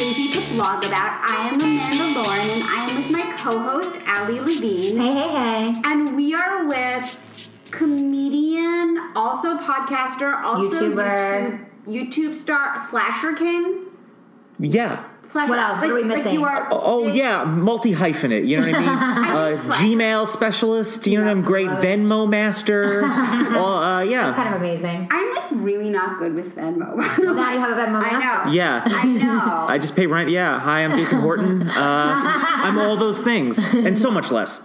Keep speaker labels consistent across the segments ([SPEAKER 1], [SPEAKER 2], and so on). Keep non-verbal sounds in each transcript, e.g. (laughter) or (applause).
[SPEAKER 1] Vlog About. I am Amanda Lauren and I am with my co host, Ali Levine.
[SPEAKER 2] Hey, hey, hey.
[SPEAKER 1] And we are with comedian, also podcaster, also
[SPEAKER 2] YouTuber.
[SPEAKER 1] YouTube, YouTube star, Slasher King.
[SPEAKER 3] Yeah.
[SPEAKER 1] Slasher,
[SPEAKER 2] What else?
[SPEAKER 1] Like,
[SPEAKER 2] What are we
[SPEAKER 1] like
[SPEAKER 2] missing?
[SPEAKER 1] you are,
[SPEAKER 3] Oh yeah, multi hyphenate. You know what I
[SPEAKER 1] (laughs)
[SPEAKER 3] mean?
[SPEAKER 1] I
[SPEAKER 3] uh,
[SPEAKER 1] think so.
[SPEAKER 3] Gmail specialist. You know what I'm great
[SPEAKER 2] Yes.
[SPEAKER 3] Venmo master. Oh uh, yeah,
[SPEAKER 2] Kind of amazing.
[SPEAKER 1] I'm like really not good with Venmo. (laughs)
[SPEAKER 2] Now you have a Venmo
[SPEAKER 1] I
[SPEAKER 2] master.
[SPEAKER 1] know.
[SPEAKER 3] yeah.
[SPEAKER 1] I know.
[SPEAKER 3] I just pay rent. Yeah. Hi, I'm Jason Horton. Uh, I'm all those things and so much less.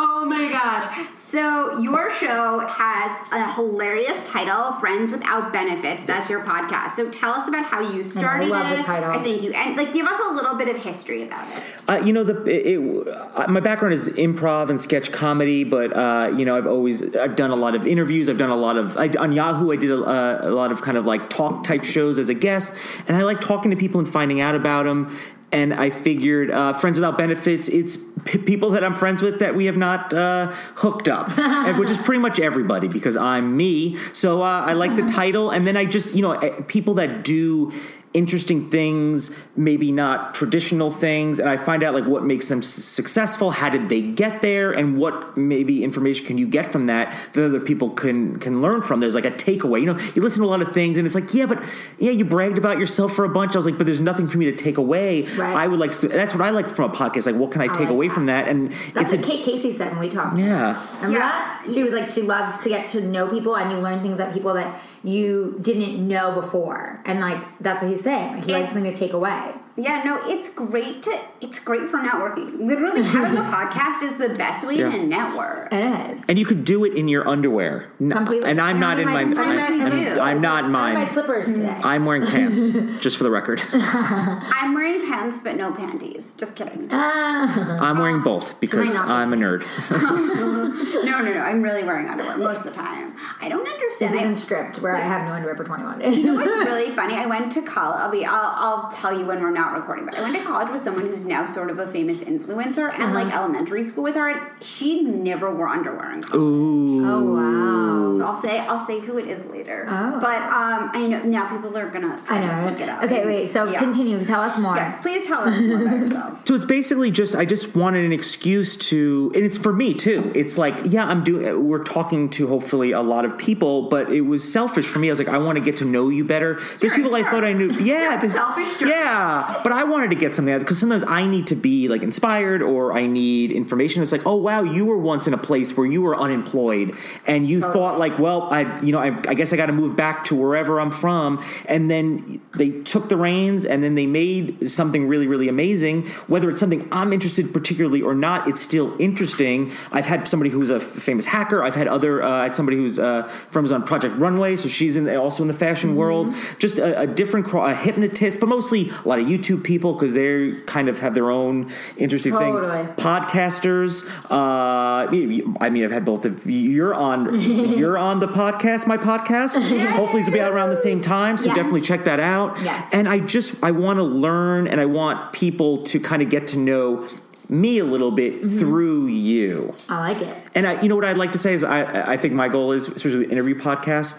[SPEAKER 1] Oh my gosh. So, your show has a hilarious title, Friends Without Benefits. That's your podcast. So, tell us about how you started
[SPEAKER 2] love the
[SPEAKER 1] it.
[SPEAKER 2] title.
[SPEAKER 1] I think you and like give us a little bit of history about it.
[SPEAKER 3] Uh, you know, the it, it, uh, my background is improv and sketch comedy, but uh, you know, I've always I've done a lot of interviews. I've done a lot of I, on Yahoo. I did a, uh, a lot of kind of like talk type shows as a guest, and I like talking to people and finding out about them. And I figured, uh, friends without benefits, it's p- people that I'm friends with that we have not uh, hooked up, and which is pretty much everybody because I'm me. So uh, I like the title, and then I just you know eh, people that do interesting things, maybe not traditional things, and I find out like what makes them s- successful, how did they get there, and what maybe information can you get from that that other people can can learn from. There's like a takeaway. You know, you listen to a lot of things, and it's like, yeah, but yeah, you bragged about yourself for a bunch. I was like, but there's nothing for me to take away.
[SPEAKER 2] Right.
[SPEAKER 3] I would like s- that's what I like from a podcast. Like, what can I, take
[SPEAKER 2] like
[SPEAKER 3] away
[SPEAKER 2] that.
[SPEAKER 3] from that? And
[SPEAKER 2] That's what
[SPEAKER 3] it's a
[SPEAKER 2] Kate Casey said when we talked.
[SPEAKER 3] yeah.
[SPEAKER 1] Yeah.
[SPEAKER 2] Remember that? She was like, she loves to get to know people and you learn things about people that you didn't know before. And like, that's what he's saying. Like, he likes something to
[SPEAKER 1] It's-
[SPEAKER 2] take away.
[SPEAKER 1] Yeah, no, it's great to it's great for networking. Literally having
[SPEAKER 2] (laughs)
[SPEAKER 1] a podcast is the best way
[SPEAKER 3] Yeah.
[SPEAKER 1] to network.
[SPEAKER 2] It is.
[SPEAKER 3] And you could do it in your underwear. N-
[SPEAKER 2] Completely.
[SPEAKER 3] And I'm not in my.
[SPEAKER 2] I'm not
[SPEAKER 3] I'm,
[SPEAKER 1] in my- Mm-hmm.
[SPEAKER 3] I'm- I'm
[SPEAKER 2] I'm
[SPEAKER 3] not in
[SPEAKER 2] in
[SPEAKER 3] mine.
[SPEAKER 2] my slippers today.
[SPEAKER 3] I'm wearing pants,
[SPEAKER 2] (laughs)
[SPEAKER 3] just for the record.
[SPEAKER 1] I'm wearing pants but no panties. Just kidding. No,
[SPEAKER 2] Ah.
[SPEAKER 3] I'm wearing both because
[SPEAKER 2] Should I not be?
[SPEAKER 3] I'm a nerd.
[SPEAKER 1] no, no. I'm really wearing underwear most of the time. I don't
[SPEAKER 2] this
[SPEAKER 1] understand. I-
[SPEAKER 2] isn't script where I have no underwear for 21 days.
[SPEAKER 3] (laughs)
[SPEAKER 1] You know what's really funny? I went to college. I'll be. I'll, I'll tell you when we're not recording. But I went to college with someone who's now sort of a famous influencer, and like
[SPEAKER 2] Uh-huh.
[SPEAKER 1] elementary school with her, and she never wore underwear in college.
[SPEAKER 3] Ooh.
[SPEAKER 2] oh, wow.
[SPEAKER 1] So I'll say. I'll say who it is later.
[SPEAKER 2] Oh.
[SPEAKER 1] But um, I know now people are gonna.
[SPEAKER 2] I know.
[SPEAKER 1] Look it up.
[SPEAKER 2] Right? Okay, wait. So
[SPEAKER 1] Yeah.
[SPEAKER 2] continue. Tell us more.
[SPEAKER 1] Yes, please tell us more about
[SPEAKER 2] (laughs)
[SPEAKER 1] yourself.
[SPEAKER 3] So it's basically just I just wanted an excuse to, and it's for me too. It's like yeah, I'm doing. We're talking to hopefully a lot of people, but it was selfish for me. I was like, I want to get to know you better. There's people I thought I knew. Yeah, this-
[SPEAKER 1] selfish jerk.
[SPEAKER 3] Yeah, but I wanted to get something out because sometimes I need to be like inspired or I need information. It's like oh wow, you were once in a place where you were unemployed and you thought like well I you know I, I guess I got to move back to wherever I'm from, and then they took the reins and then they made something really really amazing whether it's something i'm interested particularly or not it's still interesting i've had somebody who's a f- famous hacker i've had other uh, I had somebody who's uh, from was on project runway so she's in also in the fashion world just a, a different cro- a hypnotist but mostly a lot of youtube people because they kind of have their own interesting
[SPEAKER 2] Totally.
[SPEAKER 3] thing podcasters uh, i mean i've had both of you're on you're on the podcast my podcast hopefully it'll be out around the same time so
[SPEAKER 2] Yes.
[SPEAKER 3] definitely check that out
[SPEAKER 2] Yes.
[SPEAKER 3] and I just I want to learn and I want people to kind of get to know me a little bit
[SPEAKER 2] Mm-hmm.
[SPEAKER 3] through you.
[SPEAKER 2] I like it.
[SPEAKER 3] And I, you know what I'd like to say is I, I think my goal is, especially with interview podcasts,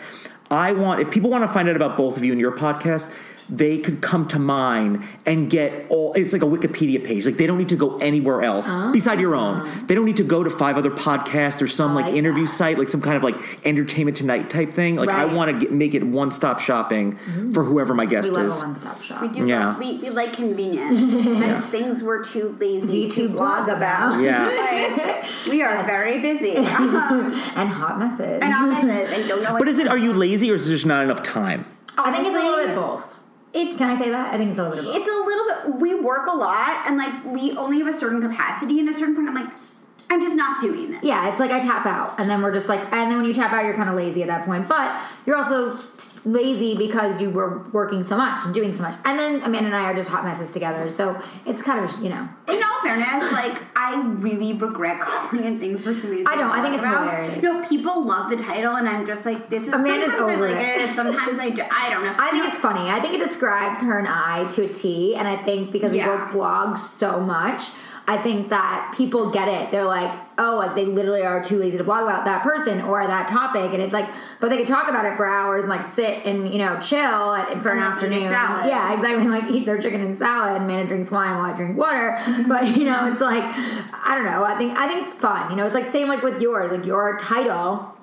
[SPEAKER 3] I want if people want to find out about both of you and your podcast, they could come to mine and get all. It's like a Wikipedia page. Like they don't need to go anywhere else
[SPEAKER 2] Oh.
[SPEAKER 3] beside your own. They don't need to go to five other podcasts or some like,
[SPEAKER 2] like
[SPEAKER 3] interview
[SPEAKER 2] that.
[SPEAKER 3] site, like some kind of like Entertainment Tonight type thing. Like I
[SPEAKER 2] Right. Mm-hmm.
[SPEAKER 3] want to make it one stop shopping for whoever my
[SPEAKER 2] We
[SPEAKER 3] guest
[SPEAKER 2] love a
[SPEAKER 3] is.
[SPEAKER 2] one-stop shop.
[SPEAKER 1] We do.
[SPEAKER 3] Yeah.
[SPEAKER 1] We, we like
[SPEAKER 2] (laughs)
[SPEAKER 1] convenience. Sometimes things we're too lazy
[SPEAKER 2] Easy to blog
[SPEAKER 3] (laughs)
[SPEAKER 2] about.
[SPEAKER 3] Yes.
[SPEAKER 1] (laughs) We are very
[SPEAKER 2] (laughs)
[SPEAKER 1] busy. (laughs) Um,
[SPEAKER 2] and hot messes.
[SPEAKER 1] and I'm in this and don't know what
[SPEAKER 3] But is it are you lazy or is there just not enough time?
[SPEAKER 2] I think it's a little bit
[SPEAKER 1] Honestly,
[SPEAKER 2] both.
[SPEAKER 1] It's
[SPEAKER 2] Can I say that? I think it's a little bit both.
[SPEAKER 1] it's a little bit. We work a lot, and like we only have a certain capacity. And at a certain point, I'm like, I'm just not doing this.
[SPEAKER 2] Yeah, it's like I tap out, and then we're just like, and then when you tap out, you're kind of lazy at that point. But you're also t- lazy because you were working so much and doing so much. And then Amanda and I are just hot messes together, so it's kind of you know.
[SPEAKER 1] In all fairness, like I really regret (laughs) calling in things for some reason.
[SPEAKER 2] I know, I think it's
[SPEAKER 1] About-
[SPEAKER 2] hilarious.
[SPEAKER 1] No, people love the title, and I'm just like, this is.
[SPEAKER 2] Amanda's
[SPEAKER 1] sometimes
[SPEAKER 2] over
[SPEAKER 1] I like
[SPEAKER 2] it.
[SPEAKER 1] it. Sometimes I, do, I don't know.
[SPEAKER 2] (laughs) I think it's funny. I think it describes her and I to a T, and I think because
[SPEAKER 1] Yeah.
[SPEAKER 2] we both blog so much, I think that people get it. They're like, oh, like they literally are too lazy to blog about that person or that topic, and it's like, but they could talk about it for hours and like sit and you know chill at, for an
[SPEAKER 1] And eat a
[SPEAKER 2] afternoon.
[SPEAKER 1] salad.
[SPEAKER 2] Yeah, exactly. And, like eat their chicken and salad. Amanda drinks wine while I
[SPEAKER 1] (laughs)
[SPEAKER 2] drink water. but you know, it's like I don't know. I think I think it's fun. You know, it's like same like with yours. Like your title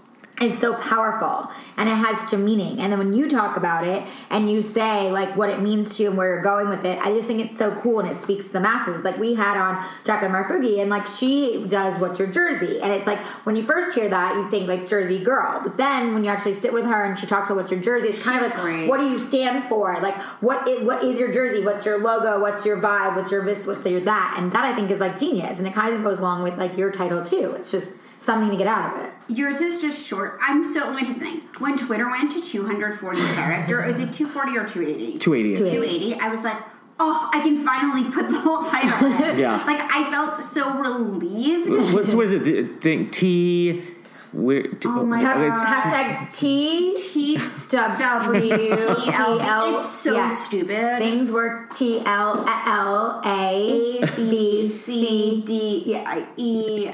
[SPEAKER 2] is so powerful and it has such a meaning. And then when you talk about it and you say like what it means to you and where you're going with it, I just think it's so cool and it speaks to the masses. Like we had on Jacqueline Marfugi and like she does What's Your Jersey? And it's like when you first hear that, you think like Jersey girl. But then when you actually sit with her and she talks about What's Your Jersey, it's kind of
[SPEAKER 1] She's
[SPEAKER 2] like
[SPEAKER 1] great.
[SPEAKER 2] what do you stand for? Like what is, what is your jersey? What's your logo? What's your vibe? What's your this? What's your that? And that I think is like genius. And it kind of goes along with like your title too. It's just something to get out of it.
[SPEAKER 1] Yours is just short. I'm so wait a second. When Twitter went to
[SPEAKER 2] (laughs)
[SPEAKER 1] 240 character, is it 240 or 280?
[SPEAKER 3] 280.
[SPEAKER 1] 280. I was like, oh, I can finally put the whole title. In.
[SPEAKER 3] Yeah.
[SPEAKER 1] Like I felt so relieved.
[SPEAKER 3] What's what is it? The thing T. Where, t-
[SPEAKER 1] Oh my
[SPEAKER 3] okay,
[SPEAKER 1] God.
[SPEAKER 3] it's-
[SPEAKER 2] Hashtag T
[SPEAKER 1] T
[SPEAKER 2] W T L.
[SPEAKER 1] It's so
[SPEAKER 2] yeah.
[SPEAKER 1] stupid.
[SPEAKER 2] Things were T L E L A B
[SPEAKER 1] C
[SPEAKER 2] C.
[SPEAKER 1] D I E.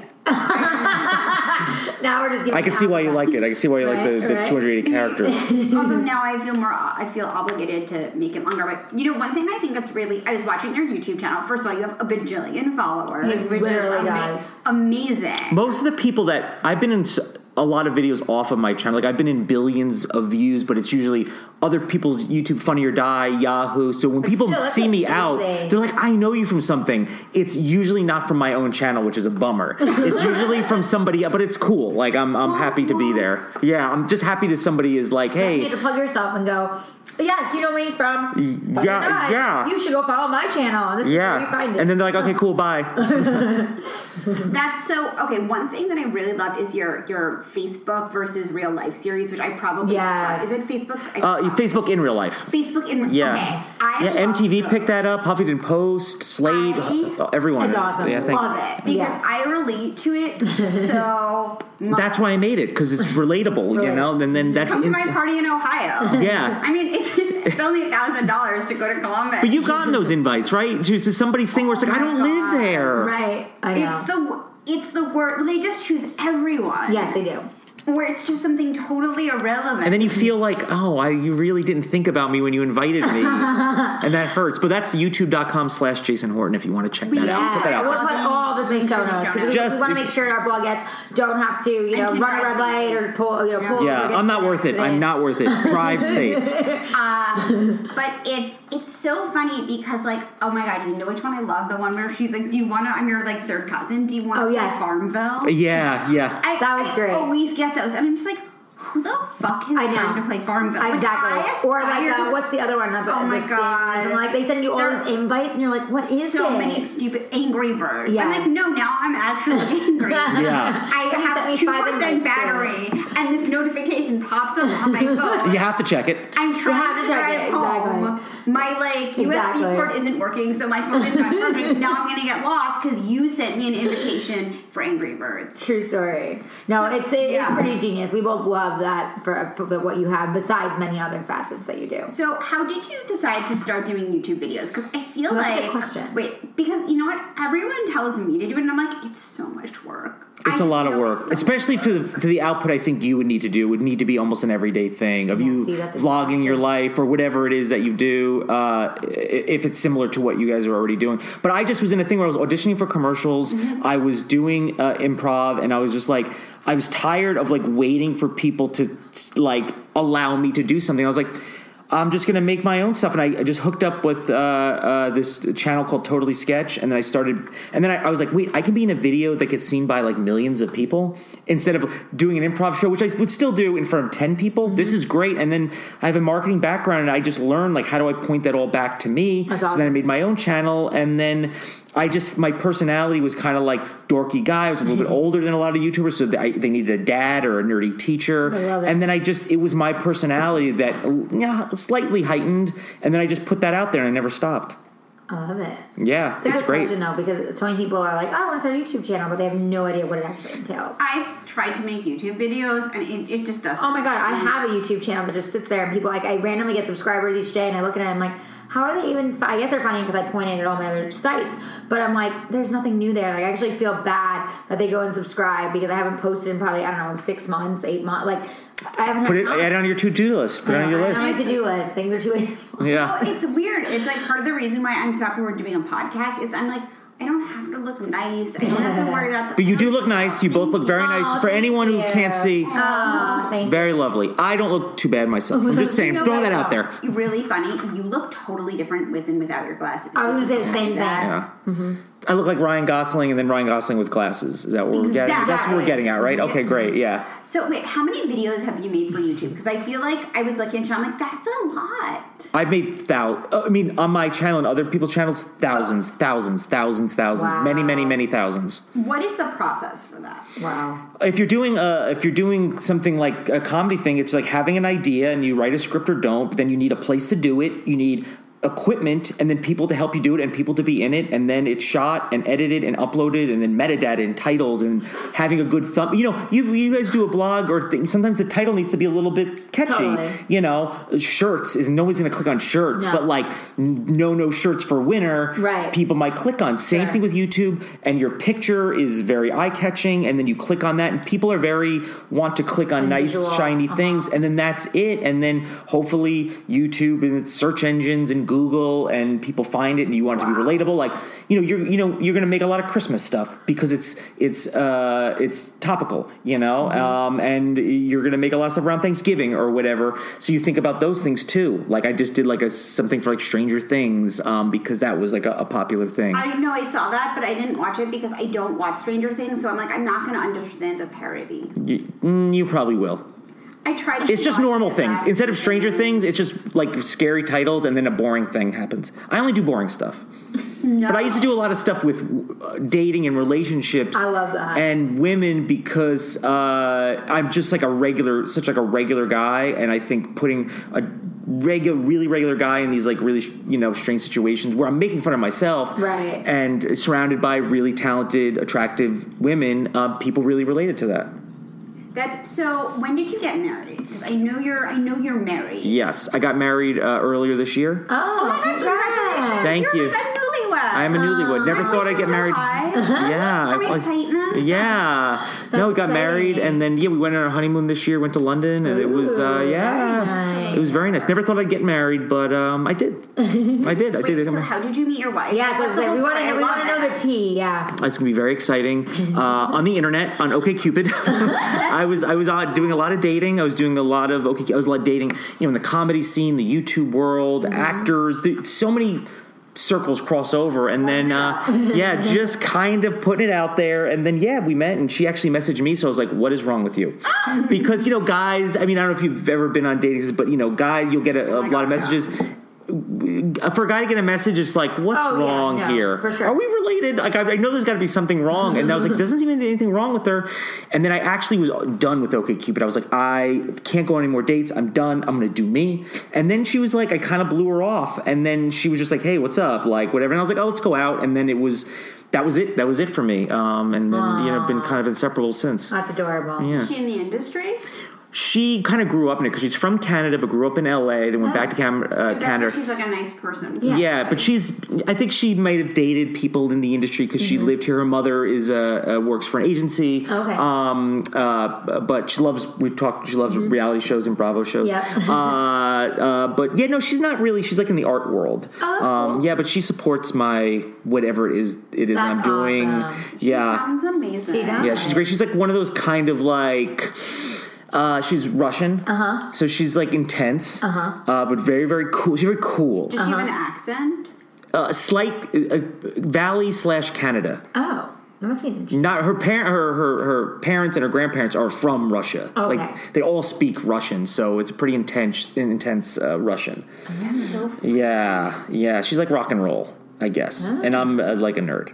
[SPEAKER 2] Now we're just giving.
[SPEAKER 3] I can see why you
[SPEAKER 2] alphabet.
[SPEAKER 3] like it. I can see why you like the,
[SPEAKER 2] Right,
[SPEAKER 3] the
[SPEAKER 2] right.
[SPEAKER 3] 280 characters.
[SPEAKER 1] (laughs) Although now I feel more, I feel obligated to make it longer. But you know, one thing I think that's really, I was watching your YouTube channel. First of all, you have a bajillion followers,
[SPEAKER 2] He
[SPEAKER 1] which
[SPEAKER 2] literally
[SPEAKER 1] is ama-
[SPEAKER 2] does.
[SPEAKER 1] amazing.
[SPEAKER 3] Most of the people that I've been in s- a lot of videos off of my channel, like I've been in billions of views, but it's usually other people's YouTube, Funny or Die, Yahoo. So when people
[SPEAKER 2] still, that's
[SPEAKER 3] see me
[SPEAKER 2] amazing.
[SPEAKER 3] out, they're like, "I know you from something." It's usually not from my own channel, which is a
[SPEAKER 2] (laughs)
[SPEAKER 3] bummer. it's usually from somebody, but it's cool. Like I'm, I'm happy to be there. Yeah, I'm just happy that somebody is like,
[SPEAKER 2] You have
[SPEAKER 3] "Hey."
[SPEAKER 2] to plug yourself and go. Yes, you know me from.
[SPEAKER 3] yeah,
[SPEAKER 2] Fucking
[SPEAKER 3] yeah.
[SPEAKER 2] You should go follow my channel. This is where you
[SPEAKER 3] Yeah,
[SPEAKER 2] find it.
[SPEAKER 3] and then they're like, "Okay,
[SPEAKER 2] (laughs)
[SPEAKER 3] cool, bye."
[SPEAKER 1] That's so okay. One thing that I really loved is your your Facebook versus real life series, which I probably
[SPEAKER 2] Yes.
[SPEAKER 1] just love. is it Facebook?
[SPEAKER 3] Uh, Facebook in real life.
[SPEAKER 1] Facebook in
[SPEAKER 3] Yeah,
[SPEAKER 1] okay. I
[SPEAKER 3] yeah.
[SPEAKER 1] love
[SPEAKER 3] MTV
[SPEAKER 1] those.
[SPEAKER 3] picked that up. Huffington Post, Slate,
[SPEAKER 1] I
[SPEAKER 3] everyone.
[SPEAKER 2] It's awesome.
[SPEAKER 3] Yeah, I think-
[SPEAKER 1] Love it because
[SPEAKER 2] Yeah.
[SPEAKER 1] I relate to
[SPEAKER 2] (laughs)
[SPEAKER 1] it so much.
[SPEAKER 3] That's why I made it
[SPEAKER 1] (laughs)
[SPEAKER 3] because it's relatable, you
[SPEAKER 2] Right.
[SPEAKER 3] know. And then that's
[SPEAKER 1] Come to my
[SPEAKER 3] inst-
[SPEAKER 1] party in
[SPEAKER 2] (laughs)
[SPEAKER 1] Ohio.
[SPEAKER 3] Yeah.
[SPEAKER 1] I mean, it's, it's only a thousand dollars to go to Columbus.
[SPEAKER 3] but you've gotten those invites, right? To to somebody's thing where it's like, I
[SPEAKER 1] Oh my
[SPEAKER 3] don't
[SPEAKER 1] God.
[SPEAKER 3] live there.
[SPEAKER 2] right. I know.
[SPEAKER 1] it's the wor- it's the word they just choose everyone.
[SPEAKER 2] yes, they do.
[SPEAKER 1] where it's just something totally irrelevant.
[SPEAKER 3] And then you feel like, oh, I, you really didn't think about me when you
[SPEAKER 1] (laughs)
[SPEAKER 3] invited me, and that hurts. But that's YouTube.com/slash Jason Horton if you want to check that out. Put that out.
[SPEAKER 2] We'll
[SPEAKER 3] there.
[SPEAKER 2] put all the same show notes. because
[SPEAKER 3] Just-
[SPEAKER 2] we want to make sure our bloggers don't have to, you know,
[SPEAKER 1] can
[SPEAKER 2] run a
[SPEAKER 1] drive
[SPEAKER 2] red light or pull, you know, pull.
[SPEAKER 3] Yeah,
[SPEAKER 2] over, get
[SPEAKER 3] I'm not
[SPEAKER 2] in an
[SPEAKER 3] worth it. I'm
[SPEAKER 2] accident.
[SPEAKER 3] not worth
[SPEAKER 1] (laughs)
[SPEAKER 3] it. Drive safe.
[SPEAKER 1] Um,
[SPEAKER 2] (laughs)
[SPEAKER 1] but it's it's so funny because like oh my god, you know which one I love? The one where she's like, do you want to? I'm your like third cousin. Do you want to
[SPEAKER 2] Oh,
[SPEAKER 1] play
[SPEAKER 2] yes.
[SPEAKER 1] Farmville?
[SPEAKER 3] Yeah, yeah.
[SPEAKER 1] I,
[SPEAKER 2] That was
[SPEAKER 1] I
[SPEAKER 2] great.
[SPEAKER 1] always get those, and I'm just like, who the fuck has
[SPEAKER 2] I know.
[SPEAKER 1] time to play Farmville? Like, I
[SPEAKER 2] Exactly. Or like,
[SPEAKER 1] aspire-
[SPEAKER 2] uh, what's the other one? Not the,
[SPEAKER 1] Oh my
[SPEAKER 2] the
[SPEAKER 1] God.
[SPEAKER 2] Singers, And like, they send you all
[SPEAKER 1] There-
[SPEAKER 2] these invites, and you're like, what is
[SPEAKER 1] so
[SPEAKER 2] this?
[SPEAKER 1] many stupid Angry Birds.
[SPEAKER 2] Yeah.
[SPEAKER 1] I'm like, no, now I'm actually
[SPEAKER 2] (laughs)
[SPEAKER 1] angry.
[SPEAKER 3] Yeah.
[SPEAKER 1] I
[SPEAKER 2] You sent
[SPEAKER 1] have
[SPEAKER 2] me
[SPEAKER 1] two
[SPEAKER 2] five
[SPEAKER 1] percent
[SPEAKER 2] invites,
[SPEAKER 1] battery, and this notification pops up on my
[SPEAKER 2] (laughs)
[SPEAKER 1] phone.
[SPEAKER 3] You have to check it.
[SPEAKER 1] I'm
[SPEAKER 2] have
[SPEAKER 1] trying
[SPEAKER 2] to
[SPEAKER 1] to
[SPEAKER 2] check
[SPEAKER 1] drive
[SPEAKER 2] it,
[SPEAKER 1] home. My like USB
[SPEAKER 2] Exactly.
[SPEAKER 1] port isn't working, so my phone is not
[SPEAKER 2] (laughs)
[SPEAKER 1] charging. now I'm gonna get lost because you sent me an invitation for Angry Birds.
[SPEAKER 2] True story. No,
[SPEAKER 1] So-
[SPEAKER 2] it's it's
[SPEAKER 1] yeah.
[SPEAKER 2] pretty genius. We both love that for, for what you have, besides many other facets that you do.
[SPEAKER 1] So how did you decide to start doing YouTube videos? Because I feel
[SPEAKER 2] That's a good
[SPEAKER 1] like
[SPEAKER 2] question.
[SPEAKER 1] wait, because you know what? Everyone tells me to do it, and I'm like, it's so much work. I
[SPEAKER 3] It's
[SPEAKER 1] just
[SPEAKER 3] a lot of
[SPEAKER 1] know
[SPEAKER 3] work,
[SPEAKER 1] it's so
[SPEAKER 3] especially for the, for the output. I think you would need to do would need to be almost an everyday thing of you
[SPEAKER 2] see, that's
[SPEAKER 3] vlogging your life or whatever it is that you do, uh, i- if it's similar to what you guys are already doing. But I just was in a thing where I was auditioning for commercials,
[SPEAKER 1] Mm-hmm.
[SPEAKER 3] I was doing uh, improv, and I was just like, I was tired of like waiting for people to like allow me to do something. I was like. I'm just gonna make my own stuff, and I I just hooked up with uh, uh, this channel called Totally Sketch, and then I started, and then I, I was like, wait, I can be in a video that gets seen by like millions of people instead of doing an improv show, which I would still do in front of ten people. This is great, and then I have a marketing background, and I just learned like how do I point that all back to me.
[SPEAKER 2] That's
[SPEAKER 3] so then I
[SPEAKER 2] awesome.
[SPEAKER 3] made my own channel, and then. I just my personality was kind of like dorky guy. I was a little bit older than a lot of YouTubers, so they, they needed a dad or a nerdy teacher.
[SPEAKER 2] I love it.
[SPEAKER 3] And then I just it was my personality that yeah, slightly heightened, and then I just put that out there and I never stopped.
[SPEAKER 2] I love it.
[SPEAKER 3] Yeah,
[SPEAKER 2] It's a
[SPEAKER 3] it's
[SPEAKER 2] good
[SPEAKER 3] great.
[SPEAKER 2] question though, because so many people are like, "Oh, I want to start a YouTube channel, but they have no idea what it actually entails.
[SPEAKER 1] I've tried to make YouTube videos and it, it just doesn't.
[SPEAKER 2] Oh my god, I have a YouTube channel that just sits there and people like I randomly get subscribers each day and I look at it and I'm like, how are they even? Fu- I guess they're funny because I pointed at all my other sites, but I'm like, there's nothing new there. Like I actually feel bad that they go and subscribe because I haven't posted in probably I don't know six months, eight months. Like I haven't
[SPEAKER 3] Put
[SPEAKER 2] had
[SPEAKER 3] it
[SPEAKER 2] time.
[SPEAKER 3] add it on your to do list. Put it on your
[SPEAKER 2] I
[SPEAKER 3] list.
[SPEAKER 2] to do list. Things are too late.
[SPEAKER 1] Well,
[SPEAKER 3] Yeah.
[SPEAKER 1] it's weird. It's like part of the reason why I'm shocked we're doing a podcast is I'm like, I don't have to look nice. I don't have to worry about the.
[SPEAKER 3] But you do look nice. You both look very
[SPEAKER 2] Oh,
[SPEAKER 3] nice. For
[SPEAKER 2] thank
[SPEAKER 3] anyone who
[SPEAKER 2] you. Oh.
[SPEAKER 3] can't see,
[SPEAKER 2] Aw, thank you.
[SPEAKER 3] very lovely. I don't look too bad myself.
[SPEAKER 2] (laughs)
[SPEAKER 3] I'm just
[SPEAKER 1] (laughs)
[SPEAKER 3] saying,
[SPEAKER 1] You know
[SPEAKER 3] throw
[SPEAKER 1] what,
[SPEAKER 3] that out
[SPEAKER 1] though?
[SPEAKER 3] there.
[SPEAKER 1] You're really funny. You look totally different with and without your glasses.
[SPEAKER 2] I was gonna say the same
[SPEAKER 1] That-
[SPEAKER 2] thing.
[SPEAKER 3] Yeah.
[SPEAKER 2] Mm-hmm.
[SPEAKER 3] I look like Ryan Gosling and then Ryan Gosling with glasses. Is that what we're getting? That's what
[SPEAKER 1] Exactly.
[SPEAKER 3] we're getting at, right? Okay, great. Yeah.
[SPEAKER 1] So wait, how many videos have you made for YouTube? Because I feel like I was looking at you, I'm like, that's a lot.
[SPEAKER 3] I've made thou. uh, I mean, on my channel and other people's channels, thousands, thousands, thousands, thousands,
[SPEAKER 2] Wow.
[SPEAKER 3] many, many, many thousands.
[SPEAKER 1] What is the process for that?
[SPEAKER 2] Wow.
[SPEAKER 3] If you're doing a, if you're doing something like a comedy thing, it's like having an idea and you write a script or don't. But then you need a place to do it. You need equipment and then people to help you do it and people to be in it and then it's shot and edited and uploaded and then metadata and titles and having a good thumb you know you, you guys do a blog or thing sometimes the title needs to be a little bit catchy
[SPEAKER 2] Totally.
[SPEAKER 3] you know shirts is nobody's gonna click on shirts
[SPEAKER 2] No.
[SPEAKER 3] but like n- no no shirts for winter
[SPEAKER 2] Right.
[SPEAKER 3] people might click on same
[SPEAKER 2] Sure.
[SPEAKER 3] thing with youtube and your picture is very eye-catching and then you click on that and people are very want to click on nice
[SPEAKER 2] visual.
[SPEAKER 3] shiny
[SPEAKER 2] Uh-huh.
[SPEAKER 3] things and then that's it and then hopefully youtube and its search engines and google and people find it and you want it to be relatable like you know you're you know you're gonna make a lot of christmas stuff because it's it's uh it's topical you know um and you're gonna make a lot of stuff around thanksgiving or whatever so you think about those things too like i just did like a something for like stranger things um because that was like a, a popular thing
[SPEAKER 1] I know I saw that, but I didn't watch it because I don't watch Stranger Things, so I'm like, I'm not gonna understand a parody.
[SPEAKER 3] you, mm, you probably will
[SPEAKER 1] I tried.
[SPEAKER 3] It's
[SPEAKER 1] to
[SPEAKER 3] just
[SPEAKER 1] watch
[SPEAKER 3] normal
[SPEAKER 1] it,
[SPEAKER 3] things.
[SPEAKER 1] but-
[SPEAKER 3] Instead of Stranger Things, it's just like scary titles and then a boring thing happens. I only do boring stuff.
[SPEAKER 1] No.
[SPEAKER 3] But I used to do a lot of stuff with uh, dating and relationships.
[SPEAKER 2] I love that.
[SPEAKER 3] And women because uh, I'm just like a regular, such like a regular guy, and I think putting a regular, really regular guy in these like really you know strange situations where I'm making fun of myself,
[SPEAKER 2] Right.
[SPEAKER 3] And surrounded by really talented, attractive women, uh, people really related to that.
[SPEAKER 1] That's so. When did you get married? Because I know you're. I know you're married.
[SPEAKER 3] Yes, I got married uh, earlier this year.
[SPEAKER 2] Oh,
[SPEAKER 1] Congratulations!
[SPEAKER 2] congratulations.
[SPEAKER 3] Thank
[SPEAKER 1] you're
[SPEAKER 3] you.
[SPEAKER 1] like a newlywed.
[SPEAKER 3] I'm a newlywed. Never
[SPEAKER 1] My
[SPEAKER 3] thought
[SPEAKER 1] voice
[SPEAKER 3] I'd
[SPEAKER 1] is
[SPEAKER 3] get
[SPEAKER 1] Um, so
[SPEAKER 3] married. (laughs)
[SPEAKER 1] high.
[SPEAKER 3] Yeah,
[SPEAKER 1] Are we
[SPEAKER 3] I was-
[SPEAKER 1] excitement?
[SPEAKER 3] yeah. no, we got
[SPEAKER 2] exciting.
[SPEAKER 3] married, and then yeah, we went on our honeymoon this year. Went to London, and it was uh,
[SPEAKER 2] Ooh,
[SPEAKER 3] yeah,
[SPEAKER 2] very nice.
[SPEAKER 3] it was very nice. Never thought I'd get married, but um,
[SPEAKER 1] (laughs)
[SPEAKER 3] I did. I did. I did. I
[SPEAKER 1] Wait,
[SPEAKER 3] got
[SPEAKER 1] so
[SPEAKER 3] married.
[SPEAKER 1] how did you meet your wife?
[SPEAKER 2] Yeah, so
[SPEAKER 1] That's
[SPEAKER 2] it's
[SPEAKER 1] the
[SPEAKER 2] like,
[SPEAKER 1] whole
[SPEAKER 2] we want
[SPEAKER 1] story. I
[SPEAKER 2] to we
[SPEAKER 1] love
[SPEAKER 2] want to know
[SPEAKER 1] it.
[SPEAKER 2] the tea. Yeah.
[SPEAKER 3] It's gonna be very exciting
[SPEAKER 2] Mm-hmm.
[SPEAKER 3] uh, on the internet on OkCupid. (laughs) I was I was uh, doing a lot of dating. I was doing a lot of OK. I was like dating, you know, in the comedy scene, the YouTube world,
[SPEAKER 2] Mm-hmm.
[SPEAKER 3] actors. The, so many circles cross over, and then
[SPEAKER 2] (laughs)
[SPEAKER 3] uh, yeah, just kind of putting it out there. And then yeah, we met, and she actually messaged me. So I was like, "What is wrong
[SPEAKER 2] (laughs)
[SPEAKER 3] with you?" Because you know, guys. I mean, I don't know if you've ever been on dating, sites, but you know, guy, you'll get
[SPEAKER 2] Oh
[SPEAKER 3] a, a lot of messages. For a guy to get a message, it's like, what's
[SPEAKER 2] Oh, yeah,
[SPEAKER 3] wrong
[SPEAKER 2] no,
[SPEAKER 3] here?
[SPEAKER 2] for sure.
[SPEAKER 3] Are we we related? Like, I, I know there's got to be something wrong. And I was like, there doesn't seem to be anything wrong with her. And then I actually was done with OKCupid. I was like, I can't go on any more dates. I'm done. I'm going to do me. And then she was like, I kind of blew her off. And then she was just like, hey, what's up? Like, whatever. And I was like, oh, let's go out. And then it was, that was it. That was it for me. Um, and then, you know, been kind of inseparable since.
[SPEAKER 2] That's adorable.
[SPEAKER 3] Yeah.
[SPEAKER 1] Is she in the industry?
[SPEAKER 3] She kind of grew up in it because she's from Canada, but grew up in LA, then went back to Cam- uh,
[SPEAKER 1] That's why
[SPEAKER 3] Canada.
[SPEAKER 1] She's like a nice person.
[SPEAKER 2] Yeah.
[SPEAKER 3] Yeah. but she's. I think she might have dated people in the industry because she lived here. Her mother is a, uh works for an agency.
[SPEAKER 2] Mm-hmm. Okay.
[SPEAKER 3] Um. Uh. But she loves. We talked. She
[SPEAKER 2] Mm-hmm.
[SPEAKER 3] loves reality shows and Bravo shows.
[SPEAKER 2] Yep.
[SPEAKER 3] uh. Uh. But yeah, no, she's not really. She's like in the art world.
[SPEAKER 2] Oh, that's
[SPEAKER 3] um.
[SPEAKER 2] cool.
[SPEAKER 3] Yeah, but she supports my whatever it is. It is I'm
[SPEAKER 2] That's
[SPEAKER 3] doing.
[SPEAKER 2] awesome.
[SPEAKER 3] Yeah.
[SPEAKER 1] Sounds amazing.
[SPEAKER 2] She does.
[SPEAKER 3] Yeah, she's great. She's like one of those kind of like. Uh, she's Russian, uh-huh. so she's like intense, uh-huh. but very, very cool. She's very cool.
[SPEAKER 1] Does she
[SPEAKER 2] Uh-huh.
[SPEAKER 1] have an accent?
[SPEAKER 3] Uh, slight uh, uh, valley slash Canada.
[SPEAKER 2] Oh, that must be interesting.
[SPEAKER 3] Not her parent. Her, her her parents and her grandparents are from Russia.
[SPEAKER 2] Okay.
[SPEAKER 3] Like they all speak Russian, so it's a pretty intense intense uh, Russian.
[SPEAKER 1] That's so funny.
[SPEAKER 3] Yeah, yeah. She's like rock and roll, I guess.
[SPEAKER 2] Oh.
[SPEAKER 3] And I'm uh, like
[SPEAKER 2] (laughs)
[SPEAKER 3] a nerd.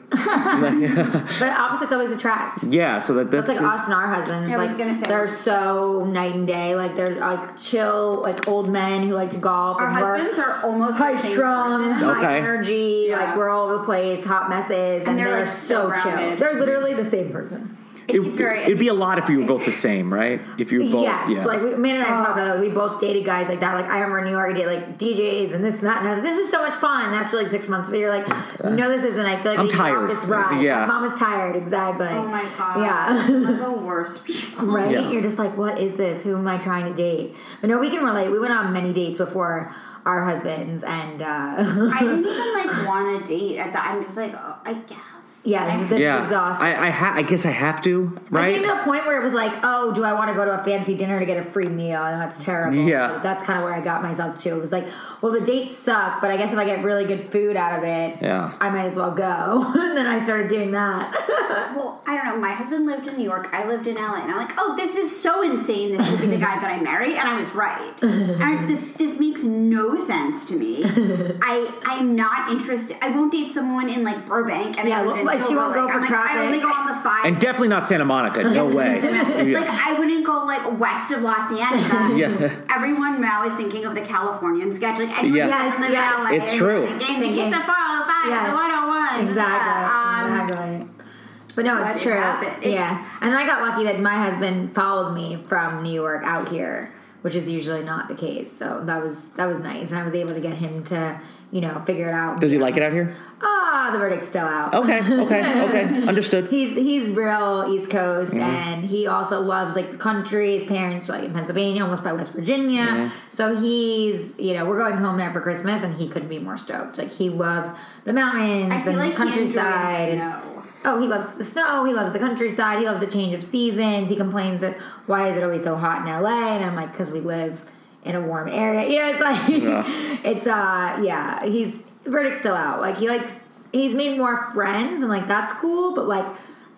[SPEAKER 2] But opposites always attract.
[SPEAKER 3] Yeah, so that that's,
[SPEAKER 2] That's like
[SPEAKER 3] it's-
[SPEAKER 2] us and our husbands.
[SPEAKER 1] I was
[SPEAKER 2] like,
[SPEAKER 1] gonna say-
[SPEAKER 2] they're so night and day. Like they're like chill, like old men who like to golf.
[SPEAKER 1] Our
[SPEAKER 2] and work.
[SPEAKER 1] husbands are almost
[SPEAKER 2] high
[SPEAKER 1] the same
[SPEAKER 2] strung,
[SPEAKER 1] person.
[SPEAKER 2] high
[SPEAKER 3] Okay.
[SPEAKER 2] energy.
[SPEAKER 1] Yeah.
[SPEAKER 2] Like we're all over the place, hot messes, and,
[SPEAKER 1] they're,
[SPEAKER 2] they're,
[SPEAKER 1] like, so
[SPEAKER 2] so chill.
[SPEAKER 1] grounded.
[SPEAKER 2] They're literally the same person.
[SPEAKER 3] It,
[SPEAKER 1] It's very-
[SPEAKER 3] it'd be a lot if you were
[SPEAKER 1] (laughs)
[SPEAKER 3] both the same, right? If you were both,
[SPEAKER 2] yes,
[SPEAKER 3] yeah.
[SPEAKER 2] like we, Amanda and I talked about that. Like, we both dated guys like that. Like I remember in New York, I did like DJs and this and that, and I was like, this is so much fun. And after like six months, but you're like, no, this isn't. I feel like
[SPEAKER 3] I'm
[SPEAKER 2] we can walk
[SPEAKER 3] tired.
[SPEAKER 2] This ride,
[SPEAKER 3] Yeah.
[SPEAKER 2] mom is tired. Exactly.
[SPEAKER 1] Oh my god.
[SPEAKER 2] Yeah. (laughs)
[SPEAKER 1] One of the worst people.
[SPEAKER 2] Right?
[SPEAKER 3] Yeah.
[SPEAKER 2] You're just like, what is this? Who am I trying to date? But no, we can relate. We went on many dates before our husbands, and uh, (laughs)
[SPEAKER 1] I didn't even like want to date. At the, I'm just like, oh, I guess.
[SPEAKER 2] yeah, this,
[SPEAKER 1] I-
[SPEAKER 2] is- this
[SPEAKER 3] yeah,
[SPEAKER 2] is exhausting.
[SPEAKER 3] I I, ha- I guess I have to,
[SPEAKER 2] I
[SPEAKER 3] right?
[SPEAKER 2] came to a point where it was like, oh, do I want to go to a fancy dinner to get a free meal? And that's terrible.
[SPEAKER 3] Yeah.
[SPEAKER 2] Like, that's kind of where I got myself to. It was like, well, the dates suck, but I guess if I get really good food out of it,
[SPEAKER 3] Yeah.
[SPEAKER 2] I might as well go. (laughs) and then I started doing that.
[SPEAKER 1] well, I don't know. My husband lived in New York. I lived in LA, and I'm like, oh, this is so insane. This should be the
[SPEAKER 2] (laughs)
[SPEAKER 1] guy that I marry, and I was right. And this this makes no sense to
[SPEAKER 2] (laughs)
[SPEAKER 1] me. I I'm not interested. I won't date someone in like Burbank, and
[SPEAKER 2] Yeah,
[SPEAKER 1] I live in
[SPEAKER 2] well, she
[SPEAKER 1] Silver
[SPEAKER 2] won't go
[SPEAKER 1] Lake. I'm
[SPEAKER 2] for
[SPEAKER 1] like, I only
[SPEAKER 2] traffic.
[SPEAKER 1] go on the five.
[SPEAKER 3] and definitely not Santa Monica.
[SPEAKER 2] (laughs)
[SPEAKER 3] No way.
[SPEAKER 1] Like I wouldn't go like west of Los Angeles.
[SPEAKER 3] (laughs) Yeah.
[SPEAKER 1] Everyone now is thinking of the Californian sketch. Like anyone
[SPEAKER 3] Yeah.
[SPEAKER 1] who doesn't live
[SPEAKER 2] Yes, yes.
[SPEAKER 1] in LA
[SPEAKER 3] It's
[SPEAKER 1] is
[SPEAKER 3] true.
[SPEAKER 1] Thinking, they keep
[SPEAKER 2] Thinking.
[SPEAKER 1] the 405,
[SPEAKER 2] Yes.
[SPEAKER 1] the 101. Yeah, (laughs) um,
[SPEAKER 2] exactly. exactly. But no,
[SPEAKER 1] But it
[SPEAKER 2] it's true.
[SPEAKER 1] happened. It's-
[SPEAKER 2] yeah. And I got lucky that my husband followed me from New York out here, which is usually not the case. So that was that was nice. And I was able to get him to, you know, figure it out.
[SPEAKER 3] Does he like it out here?
[SPEAKER 2] Ah, the verdict's still out.
[SPEAKER 3] Okay,
[SPEAKER 2] (laughs)
[SPEAKER 3] okay, okay. Understood.
[SPEAKER 2] He's he's real East Coast, and he also loves like the country. His parents are like in Pennsylvania, almost by West Virginia. So he's you know we're going home there for Christmas, and he couldn't be more stoked. Like he loves the mountains
[SPEAKER 1] I feel
[SPEAKER 2] and
[SPEAKER 1] like
[SPEAKER 2] countryside. and-
[SPEAKER 1] No.
[SPEAKER 2] Oh, he loves the snow. He loves the countryside. He loves the change of seasons. He complains that why is it always so hot in LA? And I'm like, because we live in a warm area. You know, it's like (laughs) it's uh yeah. He's the verdict's still out. Like he likes he's made more friends and like that's cool. But like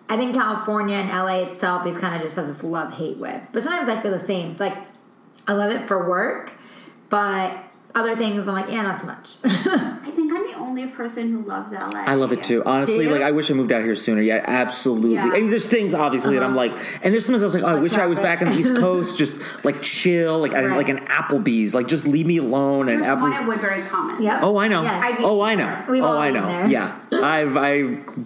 [SPEAKER 2] I think California and LA itself, he's kind of just has this love hate with. But sometimes I feel the same. It's like I love it for work, but other things I'm like yeah, not so much. (laughs)
[SPEAKER 1] I think I'm the only person who loves LA.
[SPEAKER 3] I love it too. Honestly,
[SPEAKER 2] Do you?
[SPEAKER 3] like I wish I moved out here sooner. Yeah, absolutely.
[SPEAKER 1] Yeah.
[SPEAKER 3] I mean, there's things obviously that I'm like, and there's sometimes I was like, oh, I wish I was back
[SPEAKER 2] Uh-huh. traffic.
[SPEAKER 3] on the
[SPEAKER 2] (laughs)
[SPEAKER 3] East Coast, just like chill, like at-
[SPEAKER 2] Right.
[SPEAKER 3] like an Applebee's, like just leave me alone. And
[SPEAKER 1] There's
[SPEAKER 3] Applebee's.
[SPEAKER 1] one at Woodbury Common.
[SPEAKER 2] Yep.
[SPEAKER 3] Oh, I know.
[SPEAKER 2] Yes.
[SPEAKER 1] I've-
[SPEAKER 3] oh, I know.
[SPEAKER 2] We've
[SPEAKER 3] oh,
[SPEAKER 2] all
[SPEAKER 3] I
[SPEAKER 2] been
[SPEAKER 3] know.
[SPEAKER 2] there.
[SPEAKER 3] Yeah, I've I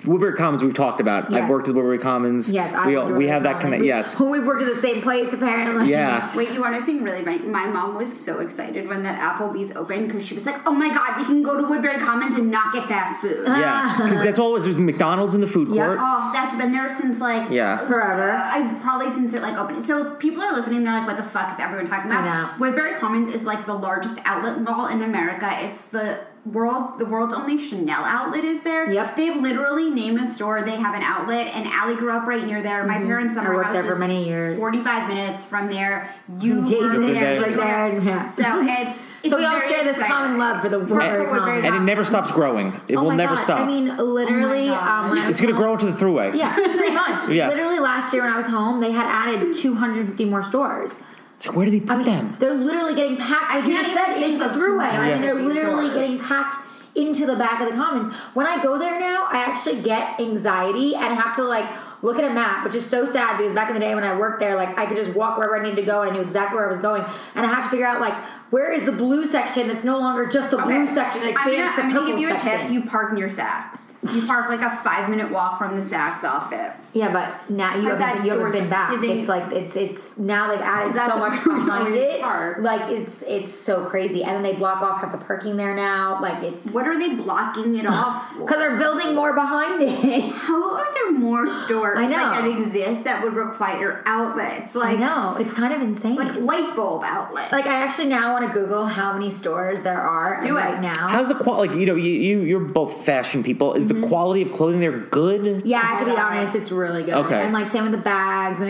[SPEAKER 3] Woodbury Commons. We've talked about. I've
[SPEAKER 2] Yes.
[SPEAKER 3] worked at Woodbury Commons.
[SPEAKER 2] Yes, I
[SPEAKER 3] we
[SPEAKER 2] would
[SPEAKER 3] all-
[SPEAKER 2] do
[SPEAKER 3] we
[SPEAKER 2] it
[SPEAKER 3] have
[SPEAKER 2] with
[SPEAKER 3] that
[SPEAKER 2] mom.
[SPEAKER 3] kind of
[SPEAKER 2] (laughs) We-
[SPEAKER 3] yes,
[SPEAKER 2] We've worked at the same place apparently. (laughs)
[SPEAKER 3] yeah.
[SPEAKER 1] Wait, you want to see really funny? My mom was so excited when that Applebee's opened because she was like, "Oh my god, we can go to Woodbury Commons and not get fast food."
[SPEAKER 3] Yeah, 'Cause that's always there's McDonald's in the food
[SPEAKER 2] Ah. Yeah.
[SPEAKER 3] court.
[SPEAKER 1] Oh, that's been there since like
[SPEAKER 3] Yeah.
[SPEAKER 2] Forever.
[SPEAKER 1] I probably since it like opened. So if people are listening. They're like, "What the fuck is everyone talking about?"
[SPEAKER 2] I know.
[SPEAKER 1] Woodbury Commons is like the largest outlet mall in America. It's the world, the world's only Chanel outlet is there.
[SPEAKER 2] Yep.
[SPEAKER 1] They literally name a store. They have an outlet, and Allie grew up right near there. My parents' summer
[SPEAKER 2] Mm-hmm. worked
[SPEAKER 1] house
[SPEAKER 2] there for
[SPEAKER 1] is
[SPEAKER 2] many years.
[SPEAKER 1] Forty-five minutes from there. You
[SPEAKER 2] Jason
[SPEAKER 1] were
[SPEAKER 2] lived
[SPEAKER 1] there. you were
[SPEAKER 2] there, yeah.
[SPEAKER 1] So it's, it's
[SPEAKER 2] So we all
[SPEAKER 1] very
[SPEAKER 2] share this
[SPEAKER 1] exciting.
[SPEAKER 2] common love for the Woodbury
[SPEAKER 1] for Woodbury
[SPEAKER 2] Commons.
[SPEAKER 1] Commons.
[SPEAKER 3] and it never stops growing. It
[SPEAKER 2] Oh
[SPEAKER 3] will
[SPEAKER 2] my
[SPEAKER 3] never
[SPEAKER 2] God.
[SPEAKER 3] stop.
[SPEAKER 2] I mean, literally,
[SPEAKER 1] God.
[SPEAKER 2] um, when I
[SPEAKER 3] it's going to
[SPEAKER 2] was home-
[SPEAKER 3] grow into the
[SPEAKER 2] (laughs)
[SPEAKER 3] throughway.
[SPEAKER 2] Yeah, pretty much.
[SPEAKER 3] Yeah.
[SPEAKER 2] Literally last year when I was home, they had added 250 more stores.
[SPEAKER 3] It's like, where do they put
[SPEAKER 2] I mean,
[SPEAKER 3] them?
[SPEAKER 2] they're literally getting packed.
[SPEAKER 1] I
[SPEAKER 2] Like you
[SPEAKER 1] can't
[SPEAKER 2] just
[SPEAKER 1] even
[SPEAKER 2] said,
[SPEAKER 1] think
[SPEAKER 2] into the
[SPEAKER 1] of
[SPEAKER 2] throughway. I mean,
[SPEAKER 1] Yeah.
[SPEAKER 2] they're literally
[SPEAKER 1] stores.
[SPEAKER 2] getting packed into the back of the commons. When I go there now, I actually get anxiety and have to like look at a map, which is so sad because back in the day when I worked there, like I could just walk wherever I needed to go and I knew exactly where I was going, and I had to figure out like where is the blue section that's no longer just the blue section. It
[SPEAKER 1] I'm gonna,
[SPEAKER 2] expands to
[SPEAKER 1] I'm gonna
[SPEAKER 2] purple
[SPEAKER 1] give you a
[SPEAKER 2] section.
[SPEAKER 1] tip. You park near Saks. You park like a five minute walk from the Saks outfit.
[SPEAKER 2] yeah, but now you
[SPEAKER 1] Has
[SPEAKER 2] haven't,
[SPEAKER 1] that
[SPEAKER 2] you
[SPEAKER 1] store-
[SPEAKER 2] haven't been back.
[SPEAKER 1] did they-
[SPEAKER 2] it's like it's it's now they've added
[SPEAKER 1] That's
[SPEAKER 2] so
[SPEAKER 1] a- (laughs)
[SPEAKER 2] much behind it.
[SPEAKER 1] Park.
[SPEAKER 2] Like it's it's so crazy, and then they block off half the parking there now. Like it's
[SPEAKER 1] What are they blocking it
[SPEAKER 2] (sighs)
[SPEAKER 1] off for?
[SPEAKER 2] because they're building more behind it. (laughs)
[SPEAKER 1] How are there more stores
[SPEAKER 2] I
[SPEAKER 1] like,
[SPEAKER 2] know.
[SPEAKER 1] that exist that would require outlets
[SPEAKER 2] I
[SPEAKER 1] like
[SPEAKER 2] know it's kind of insane.
[SPEAKER 1] like
[SPEAKER 2] Like,
[SPEAKER 1] light bulb outlets?
[SPEAKER 2] I actually now want to Google how many stores there are
[SPEAKER 1] Do it.
[SPEAKER 2] right now.
[SPEAKER 3] How's the quality? Like you know, you, you you're both fashion people. Is the quality of clothing there good?
[SPEAKER 2] Mm-hmm. yeah, I have to be honest, it's really good.
[SPEAKER 3] Okay.
[SPEAKER 2] And like same with the bags and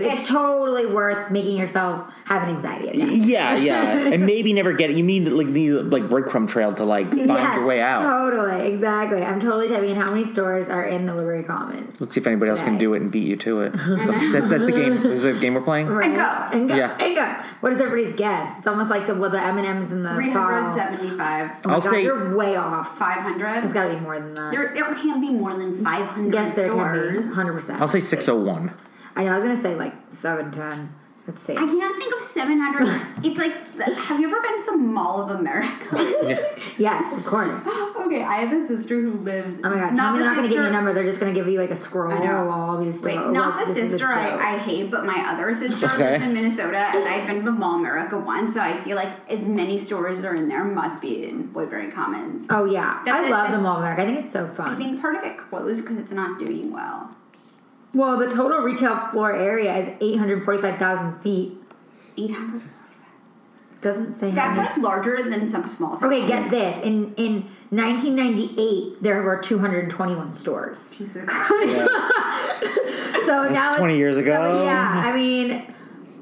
[SPEAKER 1] It's-
[SPEAKER 2] It's,
[SPEAKER 1] it's-
[SPEAKER 2] totally worth making yourself have an anxiety attack.
[SPEAKER 3] Yeah, yeah,
[SPEAKER 2] (laughs)
[SPEAKER 3] and maybe never get it. You need like need like breadcrumb trail to like find
[SPEAKER 2] Yes, Oh.
[SPEAKER 3] your way out.
[SPEAKER 2] Totally, exactly. I'm totally typing in how many stores are in the Liberty Commons.
[SPEAKER 3] Let's see if anybody else can
[SPEAKER 2] Today.
[SPEAKER 3] do it and beat you to it. That's that's the game. Is that the game we're playing?
[SPEAKER 2] Right?
[SPEAKER 1] go.
[SPEAKER 2] and go,
[SPEAKER 3] Yeah.
[SPEAKER 2] and go. What is everybody's guess? It's almost like the well, the M and M's in the bottle.
[SPEAKER 1] 375,
[SPEAKER 2] Oh my
[SPEAKER 3] I'll
[SPEAKER 2] God,
[SPEAKER 3] say
[SPEAKER 2] you're way off.
[SPEAKER 1] 500.
[SPEAKER 2] It's got to be more than that.
[SPEAKER 1] there, there can't be more than 500
[SPEAKER 2] Yes, there
[SPEAKER 1] stores.
[SPEAKER 2] can be. 100%. (laughs)
[SPEAKER 3] I'll say six oh one.
[SPEAKER 2] I know, I was going to say like 710. Let's see.
[SPEAKER 1] I can't think of
[SPEAKER 2] (laughs)
[SPEAKER 1] 700. it's like, have you ever been to the Mall of America? (laughs)
[SPEAKER 2] Yes, of course.
[SPEAKER 1] okay, I have a sister who lives.
[SPEAKER 2] Oh my god, tell me
[SPEAKER 1] the
[SPEAKER 2] they're not going to give you a
[SPEAKER 1] sister-
[SPEAKER 2] number. They're just going to give you like a scroll
[SPEAKER 1] I know.
[SPEAKER 2] of all these
[SPEAKER 1] Wait,
[SPEAKER 2] different-
[SPEAKER 1] not
[SPEAKER 2] like,
[SPEAKER 1] the
[SPEAKER 2] Uh, this is a
[SPEAKER 1] sister
[SPEAKER 2] joke.
[SPEAKER 1] I, I hate, but my other sister
[SPEAKER 3] Okay.
[SPEAKER 1] lives in Minnesota, and I've been to the Mall America once, so I feel like as many stores are in there must be in Woodbury Commons.
[SPEAKER 2] Oh yeah,
[SPEAKER 1] That's
[SPEAKER 2] I
[SPEAKER 1] it.
[SPEAKER 2] love the Mall of America. I think it's so
[SPEAKER 1] I
[SPEAKER 2] fun.
[SPEAKER 1] think part of it closed because it's not doing well.
[SPEAKER 2] well, the total retail floor area is eight hundred forty-five thousand feet.
[SPEAKER 1] 800.
[SPEAKER 2] Doesn't say how
[SPEAKER 1] That's
[SPEAKER 2] many-
[SPEAKER 1] like larger than some small towns.
[SPEAKER 2] Okay, get this. In in 1998, there were 221 stores.
[SPEAKER 1] Jesus Christ.
[SPEAKER 2] So now
[SPEAKER 3] That's
[SPEAKER 2] it's-
[SPEAKER 3] 20 years ago.
[SPEAKER 2] so, yeah,
[SPEAKER 3] (laughs)
[SPEAKER 2] I mean,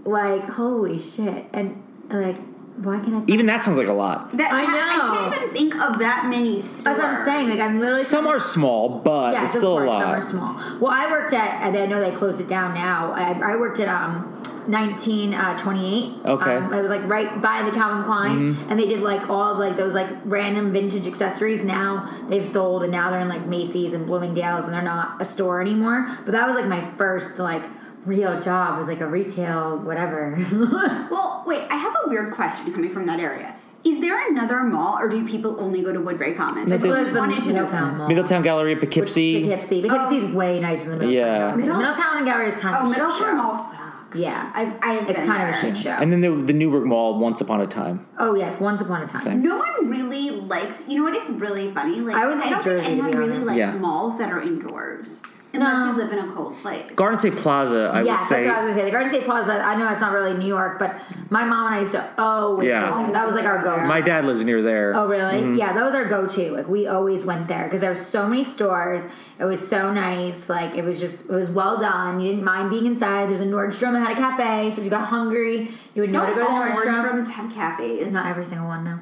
[SPEAKER 2] like holy shit, and like why can I?
[SPEAKER 3] Even that sounds like a lot.
[SPEAKER 1] (laughs) That,
[SPEAKER 2] I know.
[SPEAKER 1] I can't even think of that many stores.
[SPEAKER 2] That's what I'm saying. Like I'm literally
[SPEAKER 3] Some are small, but
[SPEAKER 2] Yes,
[SPEAKER 3] it's
[SPEAKER 2] of
[SPEAKER 3] still
[SPEAKER 2] course,
[SPEAKER 3] a lot.
[SPEAKER 2] Some are small. Well, I worked at. and I know they closed it down now. I, I worked at um. 1928.
[SPEAKER 3] Okay. Mm-hmm.
[SPEAKER 2] Um, it was like right by the Calvin Klein, and they did like all of like those like random vintage accessories. Now they've sold, and now they're in like Macy's and Bloomingdale's, and they're not a store anymore. But that was like my first like real job was like a retail whatever. (laughs)
[SPEAKER 1] Well, wait, I have a weird question coming from that area. Is there another mall, or do people only go to Woodbury Commons? I
[SPEAKER 3] there's-
[SPEAKER 1] just wanted to know. that.
[SPEAKER 2] Mall.
[SPEAKER 3] Middletown Gallery at
[SPEAKER 2] Which-
[SPEAKER 3] Poughkeepsie.
[SPEAKER 2] Poughkeepcy. Poughkeepsy's way nicer than Middletown.
[SPEAKER 3] Yeah.
[SPEAKER 2] Gallery.
[SPEAKER 1] Middle-
[SPEAKER 2] Middletown and Gallery is kind of
[SPEAKER 1] Oh,
[SPEAKER 2] a shit show.
[SPEAKER 1] Middletown Mall sucks.
[SPEAKER 2] Yeah.
[SPEAKER 1] I've, I have
[SPEAKER 2] It's
[SPEAKER 1] been
[SPEAKER 2] kind of a
[SPEAKER 1] there.
[SPEAKER 2] shit show.
[SPEAKER 3] And then the, the Newburgh Mall, once upon a time.
[SPEAKER 2] Oh yes, once upon a time.
[SPEAKER 3] Same.
[SPEAKER 1] No one really likes. You know what? It's really funny. Like
[SPEAKER 2] I always
[SPEAKER 1] I
[SPEAKER 2] went
[SPEAKER 1] don't
[SPEAKER 2] to Jersey,
[SPEAKER 1] think
[SPEAKER 2] to be
[SPEAKER 1] anyone really
[SPEAKER 2] honest.
[SPEAKER 1] likes
[SPEAKER 3] Yeah.
[SPEAKER 1] malls that are indoors, unless
[SPEAKER 2] No.
[SPEAKER 1] you live in a cold place.
[SPEAKER 3] Garden State Plaza, I
[SPEAKER 2] yeah,
[SPEAKER 3] would
[SPEAKER 2] that's
[SPEAKER 3] say.
[SPEAKER 2] what I was gonna say. The Garden State Plaza. I know it's not really New York, but my mom and I used to always
[SPEAKER 3] Yeah.
[SPEAKER 2] go there. That was like our go.
[SPEAKER 3] my Mm-hmm. dad lives near there.
[SPEAKER 2] oh really? Yeah, that was our go-to. Like we always went there because there were so many stores. It was so nice. Like it was just it was well done. You didn't mind being inside. There's a Nordstrom that had a cafe, so if you got hungry, you would know
[SPEAKER 1] Don't
[SPEAKER 2] to go to the
[SPEAKER 1] all
[SPEAKER 2] Nordstrom.
[SPEAKER 1] Nordstroms have cafes?
[SPEAKER 2] Not every single one, no.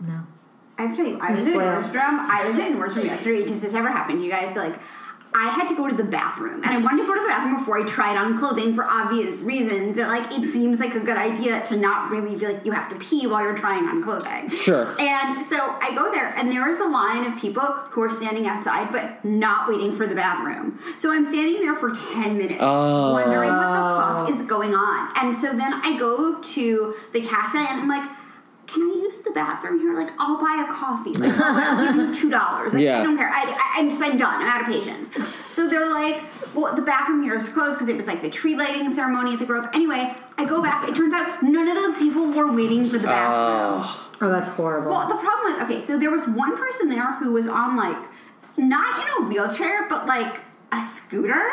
[SPEAKER 2] No.
[SPEAKER 1] I have to tell you, I was in
[SPEAKER 2] spoiled.
[SPEAKER 1] Nordstrom. I was in Nordstrom yesterday. Does this ever happen to you guys? Like, I had to go to the bathroom, and I wanted to go to the bathroom before I tried on clothing for obvious reasons. That like it seems like a good idea to not really feel like you have to pee while you're trying on clothing.
[SPEAKER 3] Sure.
[SPEAKER 1] And so I go there, and there is a line of people who are standing outside but not waiting for the bathroom. So I'm standing there for 10 minutes,
[SPEAKER 3] Oh.
[SPEAKER 1] wondering what the fuck is going on. And so then I go to the cafe, and I'm like, can I use the bathroom here? Like, I'll buy a coffee. Like, I'll give you two dollars. Like,
[SPEAKER 3] Yeah.
[SPEAKER 1] I don't care. I, I, I'm just, I'm done. I'm out of patience. So they're like, well, the bathroom here is closed because it was like the tree lighting ceremony at the Grove. Anyway, I go back. It turns out none of those people were waiting
[SPEAKER 3] Uh,
[SPEAKER 1] for the bathroom.
[SPEAKER 3] Oh.
[SPEAKER 2] Oh, that's horrible.
[SPEAKER 1] Well, the problem was okay. So there was one person there who was on like not in a wheelchair, but like a scooter,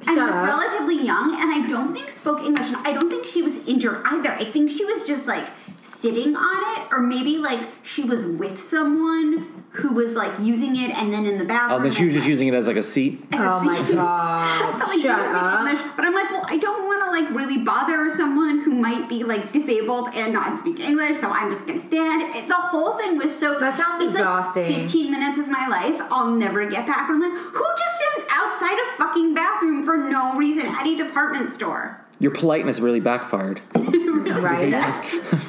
[SPEAKER 1] and
[SPEAKER 2] Shut
[SPEAKER 1] was
[SPEAKER 2] up.
[SPEAKER 1] relatively young. And I don't think spoke English. And I don't think she was injured either. I think she was just like sitting on it, or maybe like she was with someone who was like using it, and then in the bathroom.
[SPEAKER 3] oh, then she was just
[SPEAKER 1] and-
[SPEAKER 3] using it as like a seat.
[SPEAKER 2] oh
[SPEAKER 1] (laughs)
[SPEAKER 2] my
[SPEAKER 1] but,
[SPEAKER 2] god.
[SPEAKER 1] like,
[SPEAKER 2] Shut
[SPEAKER 1] don't speak
[SPEAKER 2] up.
[SPEAKER 1] English. But I'm like, well, I don't want to like really bother someone who might be like disabled and not speak English, so I'm just gonna stand. It- the whole thing was so
[SPEAKER 2] That sounds
[SPEAKER 1] it's, like,
[SPEAKER 2] exhausting.
[SPEAKER 1] 15 minutes of my life, I'll never get back. And I'm like, who just stands outside a fucking bathroom for no reason at a department store?
[SPEAKER 3] Your politeness really backfired. Uh,
[SPEAKER 2] Right.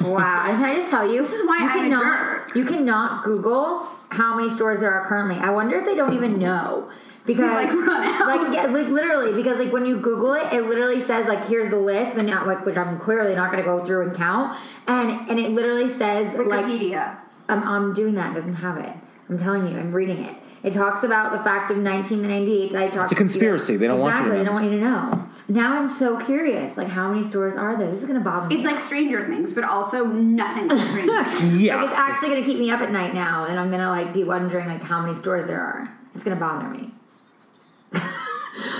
[SPEAKER 2] (laughs) wow. And can I just tell you? This
[SPEAKER 1] is why
[SPEAKER 2] you
[SPEAKER 1] I'm a
[SPEAKER 2] cannot,
[SPEAKER 1] jerk.
[SPEAKER 2] You cannot Google how many stores there are currently. I wonder if they don't even know. Because
[SPEAKER 1] Like, run out.
[SPEAKER 2] like, yeah, like, literally, because like when you Google it, it literally says like here's the list, and now like which I'm clearly not gonna go through and count. And and it literally says like
[SPEAKER 1] Wikipedia.
[SPEAKER 2] I'm, I'm doing that, it doesn't have it. I'm telling you, I'm reading it. It talks about the fact of 1998 that I talked.
[SPEAKER 3] It's a conspiracy. They don't want you to
[SPEAKER 2] exactly.
[SPEAKER 3] know.
[SPEAKER 2] They don't want you to know. Now I'm so curious. Like, how many stores are there? This is gonna bother me.
[SPEAKER 1] it's like Stranger Things, but also nothing like
[SPEAKER 2] (laughs)
[SPEAKER 1] Stranger Things.
[SPEAKER 3] Yeah.
[SPEAKER 2] Like it's actually gonna keep me up at night now, and I'm gonna like be wondering like how many stores there are. It's gonna bother me.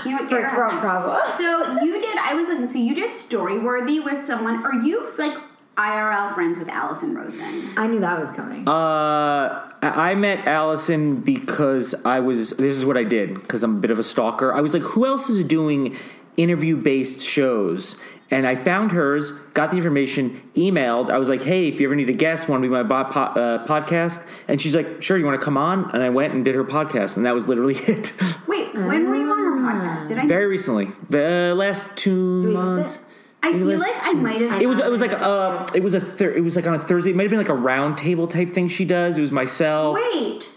[SPEAKER 1] You know what?
[SPEAKER 2] First world problem. (laughs)
[SPEAKER 1] So you did. I was looking. So you did Storyworthy with someone. Are you like IRL friends with Allison Rosen?
[SPEAKER 2] I knew that was coming.
[SPEAKER 3] Uh, I I met Allison because I was. This is what I did because I'm a bit of a stalker. I was like, who else is doing interview based shows? And I found hers, got the information, emailed. I was like, hey, if you ever need a guest, want to be my bo- po- uh, podcast? And she's like, sure, you want to come on? And I went and did her podcast, and that was literally (laughs) it.
[SPEAKER 1] Wait, when were you on her podcast? Did I?
[SPEAKER 3] Very recently, uh, last two
[SPEAKER 2] we miss
[SPEAKER 3] months.
[SPEAKER 2] it?
[SPEAKER 1] I feel
[SPEAKER 3] was-
[SPEAKER 1] like I might have.
[SPEAKER 3] It was it was like uh it was a thir- it was like on a Thursday. It might have been like a round table type thing she does. It was myself.
[SPEAKER 1] Wait,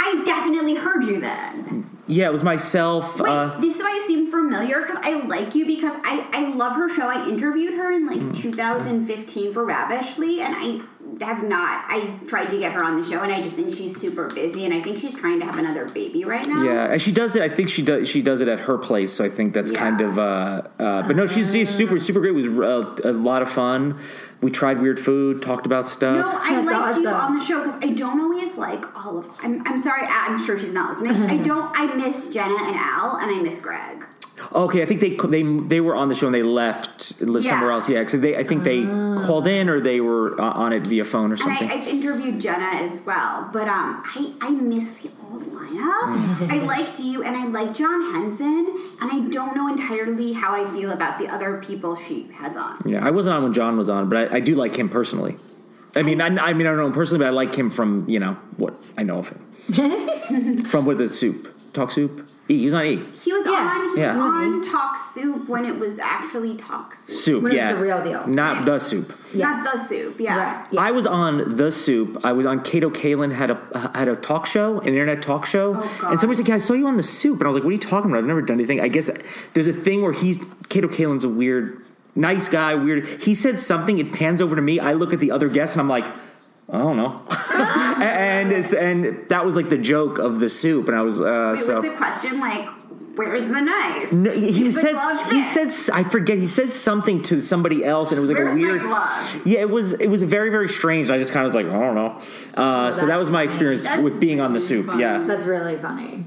[SPEAKER 1] I definitely heard you then.
[SPEAKER 3] Yeah, it was myself.
[SPEAKER 1] Wait,
[SPEAKER 3] uh,
[SPEAKER 1] this is why you seem familiar because I like you because I, I love her show. I interviewed her in like
[SPEAKER 3] Mm.
[SPEAKER 1] 2015 for Ravishly, and I have not. I tried to get her on the show, and I just think she's super busy, and I think she's trying to have another baby right now.
[SPEAKER 3] yeah, and she does it. I think she does. She does it at her place, so I think that's
[SPEAKER 1] Yeah. Oh.
[SPEAKER 3] kind of. Uh, uh, but no, she's, she's super, super great. It was uh, a lot of fun. We tried weird food, talked about
[SPEAKER 1] No,
[SPEAKER 3] stuff.
[SPEAKER 1] I
[SPEAKER 2] That's
[SPEAKER 1] liked you
[SPEAKER 2] awesome.
[SPEAKER 1] on the show because I don't always like all of. I'm, I'm sorry, I- I'm sure she's not listening.
[SPEAKER 2] (laughs)
[SPEAKER 1] I don't. I miss Jenna and Al, and I miss Greg.
[SPEAKER 3] Okay, I think they they they were on the show and they left lived
[SPEAKER 1] Yeah. Oh.
[SPEAKER 3] somewhere else. Yeah, so they I think they called in or they were uh, on it via phone or
[SPEAKER 1] And
[SPEAKER 3] something.
[SPEAKER 1] I, I've interviewed Jenna as well, but um, I, I miss the old lineup.
[SPEAKER 3] Mm.
[SPEAKER 1] I liked you, and I like John Henson, and I don't know entirely how I feel about the other people she has on.
[SPEAKER 3] yeah, I wasn't on when John was on, but I, I do like him personally. I mean, I, I mean, I don't know him personally, but I like him from you know what I know of
[SPEAKER 2] (laughs)
[SPEAKER 3] him from with the soup talk soup. E, he was on E
[SPEAKER 1] He was
[SPEAKER 2] Yeah. Mm-hmm.
[SPEAKER 1] on, he
[SPEAKER 3] Yeah.
[SPEAKER 1] was on Talk Soup when it was actually Talk Soup,
[SPEAKER 3] soup.
[SPEAKER 2] When it was
[SPEAKER 3] yeah,
[SPEAKER 2] the real deal.
[SPEAKER 3] not the soup.
[SPEAKER 2] Yeah.
[SPEAKER 1] not the Soup. Yeah,
[SPEAKER 2] Right. Yeah.
[SPEAKER 3] I was on the soup. I was on Kato Kalin had a had a talk show, an internet talk show,
[SPEAKER 1] Oh, God.
[SPEAKER 3] and somebody's like, "Yeah, I saw you on the soup," and I was like, "What are you talking about? I've never done anything." I guess there's a thing where he's Kato Kalin's a weird, nice guy. Weird. He said something. It pans over to me. I look at the other guests, and I'm like. I don't know, (laughs) and it's- and that was like the joke of the soup, and I was uh,
[SPEAKER 1] it
[SPEAKER 3] so Mm,
[SPEAKER 1] was a question like, "Where's the knife?
[SPEAKER 3] no, he he
[SPEAKER 1] He's like,
[SPEAKER 3] said
[SPEAKER 1] "Love
[SPEAKER 3] he
[SPEAKER 1] this."
[SPEAKER 3] said I forget he said something to somebody else and it was like
[SPEAKER 1] Where's
[SPEAKER 3] a
[SPEAKER 1] my
[SPEAKER 3] weird
[SPEAKER 1] glove?
[SPEAKER 3] yeah it was it was very very strange I just kind of was like I don't know uh, so that
[SPEAKER 2] that's
[SPEAKER 3] was my
[SPEAKER 2] funny.
[SPEAKER 3] experience
[SPEAKER 1] That's
[SPEAKER 3] with being on the
[SPEAKER 1] really
[SPEAKER 3] soup
[SPEAKER 1] funny.
[SPEAKER 3] yeah
[SPEAKER 2] That's really funny.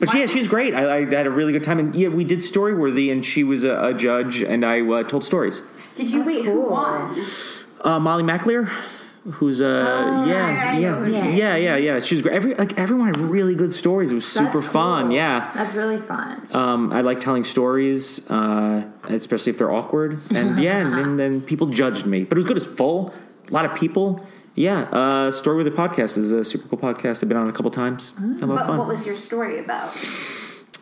[SPEAKER 3] but she, yeah she's great I, I had a really good time and yeah we did Storyworthy and she was a, a judge and I uh, told stories
[SPEAKER 1] Did you wait? Who
[SPEAKER 2] cool.
[SPEAKER 1] won?
[SPEAKER 3] uh, Molly McAleer who's uh
[SPEAKER 1] Oh, I-
[SPEAKER 3] yeah
[SPEAKER 1] I know
[SPEAKER 3] yeah,
[SPEAKER 1] who she
[SPEAKER 3] yeah
[SPEAKER 2] is.
[SPEAKER 3] yeah yeah she was great every like everyone had really good stories it was
[SPEAKER 2] That's
[SPEAKER 3] super fun
[SPEAKER 2] cool.
[SPEAKER 3] yeah
[SPEAKER 2] That's really fun.
[SPEAKER 3] Um, I like telling stories, uh, especially if they're awkward.
[SPEAKER 1] (laughs)
[SPEAKER 3] And yeah, and, and then people judged me, but it was good. It's full, a lot of people. Yeah, uh, story with the podcast is a super cool podcast. I've been on a couple times. It's a lot of
[SPEAKER 1] Mm. What,
[SPEAKER 3] fun.
[SPEAKER 1] what was your story about?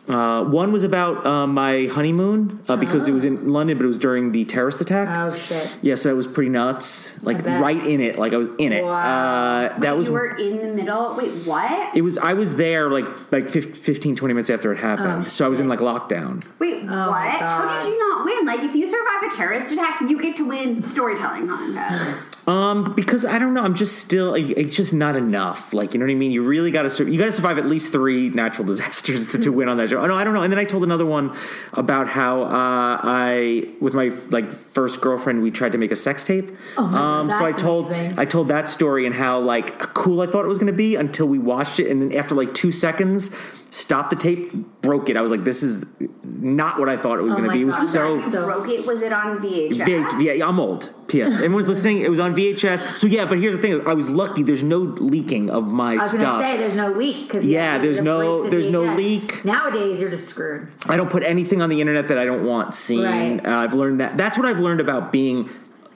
[SPEAKER 3] uh, one was about uh, my honeymoon uh, because
[SPEAKER 1] Ah.
[SPEAKER 3] it was in London, but it was during the terrorist attack.
[SPEAKER 2] Oh shit.
[SPEAKER 3] yeah, so it was pretty nuts. Like
[SPEAKER 2] bet.
[SPEAKER 3] right in it, like I was in it.
[SPEAKER 2] Wow.
[SPEAKER 3] Uh, that was
[SPEAKER 1] you were in the middle. Wait, what?
[SPEAKER 3] it was I was there like like fif- 15, 20 minutes after it happened.
[SPEAKER 2] Oh,
[SPEAKER 3] so I was in like lockdown.
[SPEAKER 1] Wait,
[SPEAKER 2] my
[SPEAKER 1] what? How
[SPEAKER 2] God.
[SPEAKER 1] did you not win? Like, if you survive a terrorist attack, you get to win storytelling contest.
[SPEAKER 3] Um, because I don't know, I'm just still. it- It's just not enough. Like you know what I mean. You really got to. You got to survive at least three natural (laughs) disasters to, to win on that show. Oh, no, I don't know. And then I told another one about how uh, I, with my like first girlfriend, we tried to make a sex tape.
[SPEAKER 2] Oh my God,
[SPEAKER 3] um, so I
[SPEAKER 2] that's
[SPEAKER 3] told
[SPEAKER 2] amazing.
[SPEAKER 3] I told that story and how like cool I thought it was going to be until we watched it, and then after like two seconds, stopped the tape, broke it. I was like, this is not what I thought it was
[SPEAKER 2] Oh
[SPEAKER 3] going
[SPEAKER 2] my
[SPEAKER 3] to be. It
[SPEAKER 2] God.
[SPEAKER 3] was
[SPEAKER 2] (laughs)
[SPEAKER 3] so.
[SPEAKER 1] you
[SPEAKER 2] So-
[SPEAKER 1] broke it. Was it on VHS?
[SPEAKER 3] VH, yeah, I'm old.
[SPEAKER 2] (laughs)
[SPEAKER 3] P.S. Everyone's listening. It was on VHS. So yeah, but here's the thing. I was lucky. There's no leaking of my
[SPEAKER 2] I was
[SPEAKER 3] stuff.
[SPEAKER 2] gonna say there's no leak because
[SPEAKER 3] Yeah, there's no- there's no leak.
[SPEAKER 2] Nowadays you're just screwed.
[SPEAKER 3] I don't put anything on the internet that I don't want seen.
[SPEAKER 2] Right.
[SPEAKER 3] Uh, I've learned that. That's what I've learned about being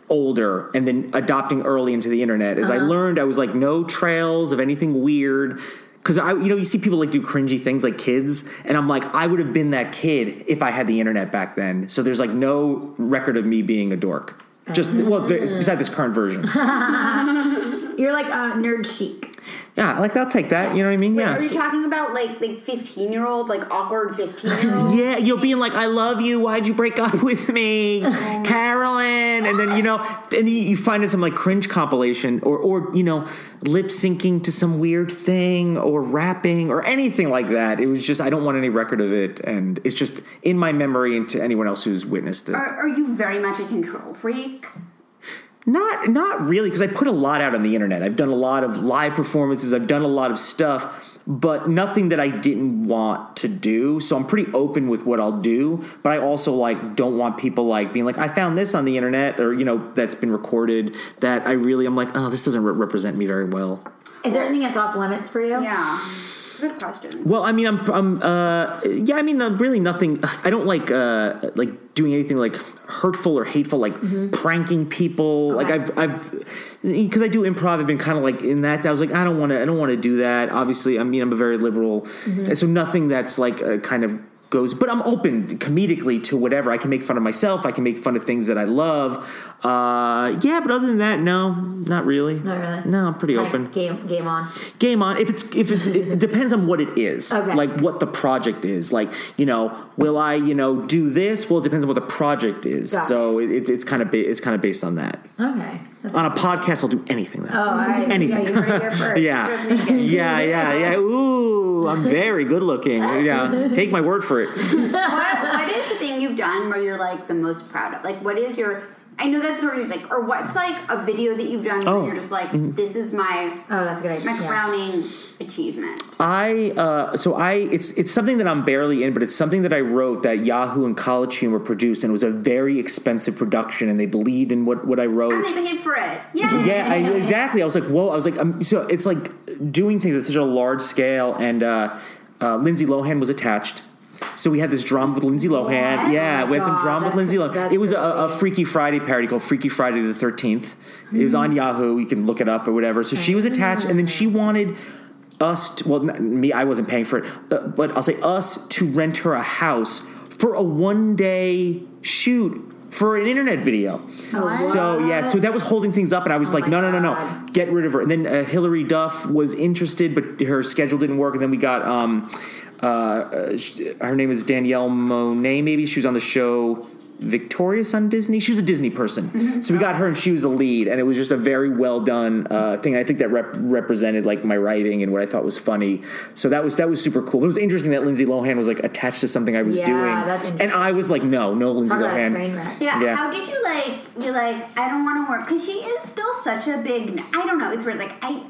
[SPEAKER 3] older and then adopting early into the internet.
[SPEAKER 2] Uh-huh.
[SPEAKER 3] Is I learned I was like no trails of anything weird. Cause I, you know, you see people like do cringy things like kids, and I'm like, I would have been that kid if I had the internet back then. So there's like no record of me being a dork. Just
[SPEAKER 2] Mm-hmm.
[SPEAKER 3] well, the, it's beside this
[SPEAKER 2] (laughs)
[SPEAKER 3] current version.
[SPEAKER 2] You're like uh, nerd chic.
[SPEAKER 3] Yeah, like I'll take that. You know what I mean?
[SPEAKER 1] Are you
[SPEAKER 3] Yeah.
[SPEAKER 1] talking about like like fifteen year olds, like awkward fifteen year olds?
[SPEAKER 3] (laughs) Yeah, you know, being like, I love you. Why'd you break up (laughs) with me,
[SPEAKER 1] Oh.
[SPEAKER 3] Carolyn? And then you know, and you, you find it some like cringe compilation, or or you know, lip syncing to some weird thing, or rapping, or anything like that. It was just I don't want any record of it, and it's just in my memory and to anyone else who's witnessed it.
[SPEAKER 1] Are, are you very much a control freak?
[SPEAKER 3] Not not really, because I put a lot out on the internet. I've done a lot of live performances. I've done a lot of stuff, but nothing that I didn't want to do. So I'm pretty open with what I'll do. But I also like don't want people like being like, I found this on the internet, or you know, that's been recorded. That I really am like, oh, this doesn't re- represent me very well.
[SPEAKER 2] Is there anything that's off limits for you?
[SPEAKER 1] Yeah, good
[SPEAKER 3] (laughs)
[SPEAKER 1] question.
[SPEAKER 3] Well, I mean, I'm, I'm, uh, yeah, I mean, uh, really nothing. I don't like, uh, like doing anything like hurtful or hateful, like pranking people. Like
[SPEAKER 2] Mm-hmm. Okay.
[SPEAKER 3] I've, I've, because I do improv, I've been kind of like in that. I was like, I
[SPEAKER 2] Mm-hmm.
[SPEAKER 3] don't want to, I don't want to do that. Obviously, I mean, I'm a very liberal, and so nothing that's like a kind of goes but i'm open comedically to whatever i can make fun of myself i can make fun of things that i love uh, yeah but other than that no not really
[SPEAKER 2] Not really.
[SPEAKER 3] no i'm pretty
[SPEAKER 2] Kinda
[SPEAKER 3] open
[SPEAKER 2] Game, game on.
[SPEAKER 3] game on if it's if it, it depends on what it is
[SPEAKER 2] Okay.
[SPEAKER 3] like what the project is like you know will i you know do this well it depends on what the project is
[SPEAKER 2] Got it.
[SPEAKER 3] so it, it's it's kind of ba- it's kind of based on that
[SPEAKER 2] Okay. That's-
[SPEAKER 3] on a podcast i'll do anything that
[SPEAKER 2] oh, all right.
[SPEAKER 3] Anything.
[SPEAKER 2] Yeah, you heard it
[SPEAKER 3] (laughs)
[SPEAKER 2] here first.
[SPEAKER 3] yeah yeah yeah yeah ooh i'm very good looking yeah take my word for it
[SPEAKER 1] what, what is the thing you've done where you're like the most proud of? Like, what is your? I know that's sort of like, or what's like a video that you've done where
[SPEAKER 3] Oh.
[SPEAKER 1] you're just like, this is my
[SPEAKER 2] Oh, that's a good idea.
[SPEAKER 1] my
[SPEAKER 2] Yeah.
[SPEAKER 1] crowning achievement.
[SPEAKER 3] i uh so i it's it's something that i'm barely in but it's something that i wrote that yahoo and college humor produced and it was a very expensive production and they believed in what what i wrote
[SPEAKER 1] And they paid for it. Yeah.
[SPEAKER 3] yeah, I, exactly. I was like, whoa. I was like, um, so it's like doing things at such a large scale, and uh, uh, Lindsay Lohan was attached. So we had this drama with Lindsay Lohan.
[SPEAKER 1] Yeah.
[SPEAKER 3] Yeah, we had some
[SPEAKER 2] Oh God,
[SPEAKER 3] drama with
[SPEAKER 2] that's-
[SPEAKER 3] Lindsay Lohan.
[SPEAKER 2] that's
[SPEAKER 3] It was a, a
[SPEAKER 2] amazing.
[SPEAKER 3] Freaky Friday parody called Freaky Friday the 13th. It was
[SPEAKER 2] Mm-hmm.
[SPEAKER 3] on Yahoo. You can look it up or whatever. So she was attached, and then she wanted us, to, well, not me, I wasn't paying for it, uh, but I'll say us to rent her a house for a one day shoot for an internet video.
[SPEAKER 2] Oh,
[SPEAKER 3] So yeah, so that was holding things up, and I was like,
[SPEAKER 2] my
[SPEAKER 3] no, no, no, no,
[SPEAKER 2] God.
[SPEAKER 3] get rid of her. And then uh, Hillary Duff was interested, but her schedule didn't work. And then we got um, uh, uh, sh- her name is Danielle Monet. Maybe she was on the show Victorious on Disney. She was a Disney person,
[SPEAKER 2] Mm-hmm.
[SPEAKER 3] so we got her, and she was the lead, and it was just a very well done uh, thing. I think that rep- represented like my writing and what I thought was funny. So that was that was super cool. It was interesting that Lindsay Lohan was like attached to something I was
[SPEAKER 2] Yeah,
[SPEAKER 3] doing,
[SPEAKER 2] that's interesting.
[SPEAKER 3] and I was like, no, no, Lindsay
[SPEAKER 2] Talk about a
[SPEAKER 3] Lohan.
[SPEAKER 2] train wreck.
[SPEAKER 1] Yeah,
[SPEAKER 3] Yeah.
[SPEAKER 1] How did you like be like, I don't want to work? Because she is still such a big, I don't know, it's weird. Like, I.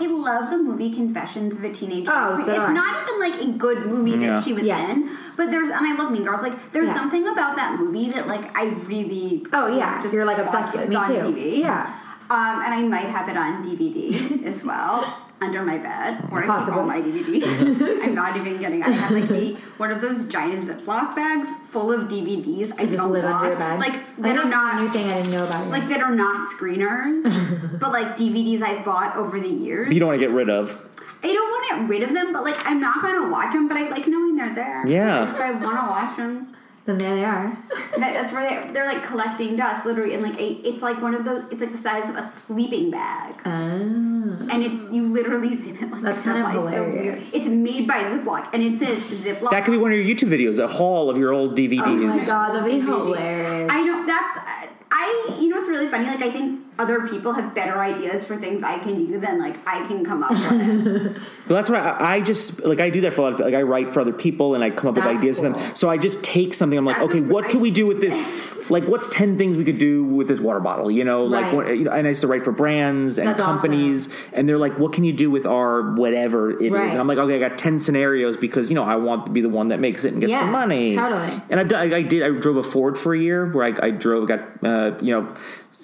[SPEAKER 1] I love the movie Confessions of a Teenage
[SPEAKER 2] Oh,
[SPEAKER 1] Girl.
[SPEAKER 2] so do
[SPEAKER 1] It's
[SPEAKER 2] I.
[SPEAKER 1] not even like a good movie
[SPEAKER 3] Yeah.
[SPEAKER 1] that she was
[SPEAKER 2] Yes.
[SPEAKER 1] in, but there's and I love Mean Girls. Like there's
[SPEAKER 2] Yeah.
[SPEAKER 1] something about that movie that like I really
[SPEAKER 2] Oh yeah,
[SPEAKER 1] just
[SPEAKER 2] you're like
[SPEAKER 1] watch.
[SPEAKER 2] obsessed with
[SPEAKER 1] It's
[SPEAKER 2] me
[SPEAKER 1] on
[SPEAKER 2] too.
[SPEAKER 1] TV.
[SPEAKER 2] Yeah.
[SPEAKER 1] Um, and I might have it on
[SPEAKER 2] (laughs)
[SPEAKER 1] DVD as well, under my bed, where I keep
[SPEAKER 2] Possible.
[SPEAKER 1] all my DVDs. (laughs) I'm not even kidding. I have like eight, one of those giant Ziploc bags full of DVDs. I
[SPEAKER 2] You just
[SPEAKER 1] don't
[SPEAKER 2] live under your
[SPEAKER 1] want.
[SPEAKER 2] bed.
[SPEAKER 1] Like that
[SPEAKER 2] that's
[SPEAKER 1] are
[SPEAKER 2] not a new
[SPEAKER 1] not
[SPEAKER 2] thing I didn't know about.
[SPEAKER 1] (laughs)
[SPEAKER 2] you.
[SPEAKER 1] like that are not
[SPEAKER 2] (laughs)
[SPEAKER 1] screeners, but like DVDs I've bought over the years.
[SPEAKER 3] You don't want to get rid of.
[SPEAKER 1] I don't want to get rid of them, but like I'm not going to watch them. But I like knowing they're there.
[SPEAKER 3] Yeah.
[SPEAKER 1] Like, I want to watch them.
[SPEAKER 2] then there
[SPEAKER 1] (laughs)
[SPEAKER 2] they are.
[SPEAKER 1] That- That's where they, they're like collecting dust, literally, and like a, it's like one of those. It's like the size of a sleeping bag,
[SPEAKER 2] Oh.
[SPEAKER 1] and it's you literally zip it like
[SPEAKER 2] That's
[SPEAKER 1] a
[SPEAKER 2] kind of
[SPEAKER 1] Ziploc. It's so weird.
[SPEAKER 2] hilarious.
[SPEAKER 1] It's made by Ziploc, and it says Ziploc.
[SPEAKER 3] That could be one of your YouTube videos, a haul of your old DVDs.
[SPEAKER 2] Oh my god, that'd be
[SPEAKER 1] Creepy.
[SPEAKER 2] hilarious.
[SPEAKER 1] I don't. That's I- I. You know what's really funny? Like I think other people have better ideas for things I can do than like I can come up with.
[SPEAKER 3] Well, that's what I, I just like. I do that for a lot of like I write for other people and I come up with
[SPEAKER 2] That's
[SPEAKER 3] ideas for
[SPEAKER 2] cool.
[SPEAKER 3] them. So I just take something. I'm like,
[SPEAKER 1] That's
[SPEAKER 3] okay,
[SPEAKER 1] a-
[SPEAKER 3] what can we do with this? Like, what's ten things we could do with this water bottle? You know, like
[SPEAKER 2] Right.
[SPEAKER 3] what, you know, and I used to write for brands and
[SPEAKER 2] That's awesome.
[SPEAKER 3] companies, and they're like, what can you do with our whatever it is?
[SPEAKER 2] Right.
[SPEAKER 3] And I'm like, okay, I got ten scenarios because you know I want to be the one that makes it and gets
[SPEAKER 2] Yeah,
[SPEAKER 3] the money.
[SPEAKER 2] totally.
[SPEAKER 3] And I've done, I, I did. I drove a Ford for a year where I, I drove. Got uh, you know.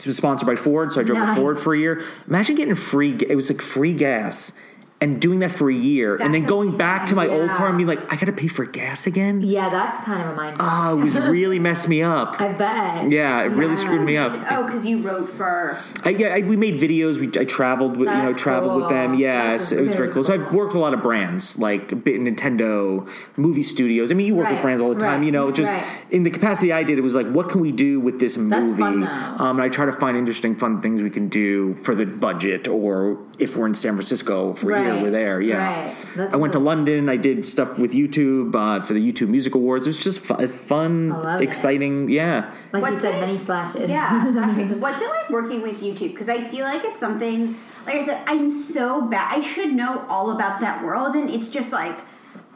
[SPEAKER 3] Sponsored by Ford, so I drove
[SPEAKER 2] Nice.
[SPEAKER 3] a Ford for a year. Imagine getting free. ga- It was like free gas, and doing that for a year, and then
[SPEAKER 1] That's
[SPEAKER 3] going
[SPEAKER 1] amazing.
[SPEAKER 3] back to my old
[SPEAKER 2] Yeah.
[SPEAKER 3] car and being like, I got to pay for gas again.
[SPEAKER 2] Yeah, that's kind of a mind. fuck.
[SPEAKER 3] Oh, it was really messed me
[SPEAKER 2] (laughs)
[SPEAKER 3] up.
[SPEAKER 2] I bet.
[SPEAKER 3] Yeah, it really screwed me up.
[SPEAKER 1] oh, because you wrote for
[SPEAKER 3] I, yeah, I, we made videos. We, I traveled with you know
[SPEAKER 2] That's
[SPEAKER 3] traveled with them.
[SPEAKER 2] cool.
[SPEAKER 3] Yeah,
[SPEAKER 2] That's
[SPEAKER 3] so it was very
[SPEAKER 2] really
[SPEAKER 3] cool. So I've
[SPEAKER 2] cool.
[SPEAKER 3] worked with a lot of brands like bit Nintendo, movie studios. I mean, you work
[SPEAKER 2] Right,
[SPEAKER 3] with brands all the time.
[SPEAKER 2] right,
[SPEAKER 3] you know, just
[SPEAKER 2] right.
[SPEAKER 3] in the capacity I did, it was like, what can we do with this movie?
[SPEAKER 2] That's fun, though.
[SPEAKER 3] um, and I try to find interesting, fun things we can do for the budget, or if we're in San Francisco, if we're
[SPEAKER 2] Right,
[SPEAKER 3] here, we're there. Yeah,
[SPEAKER 2] right. That's
[SPEAKER 3] I went
[SPEAKER 2] cool.
[SPEAKER 3] to London. I did stuff with YouTube uh, for the YouTube Music Awards. It was just fun,
[SPEAKER 2] I love
[SPEAKER 3] fun
[SPEAKER 2] it.
[SPEAKER 3] exciting. Yeah.
[SPEAKER 2] Like you
[SPEAKER 1] What's
[SPEAKER 2] said,
[SPEAKER 1] it?
[SPEAKER 2] many slashes.
[SPEAKER 1] Yeah,
[SPEAKER 2] (laughs)
[SPEAKER 1] exactly. What's it like working with YouTube? Because I feel like it's something. Like I said, I'm so bad. I should know all about that world, and it's just like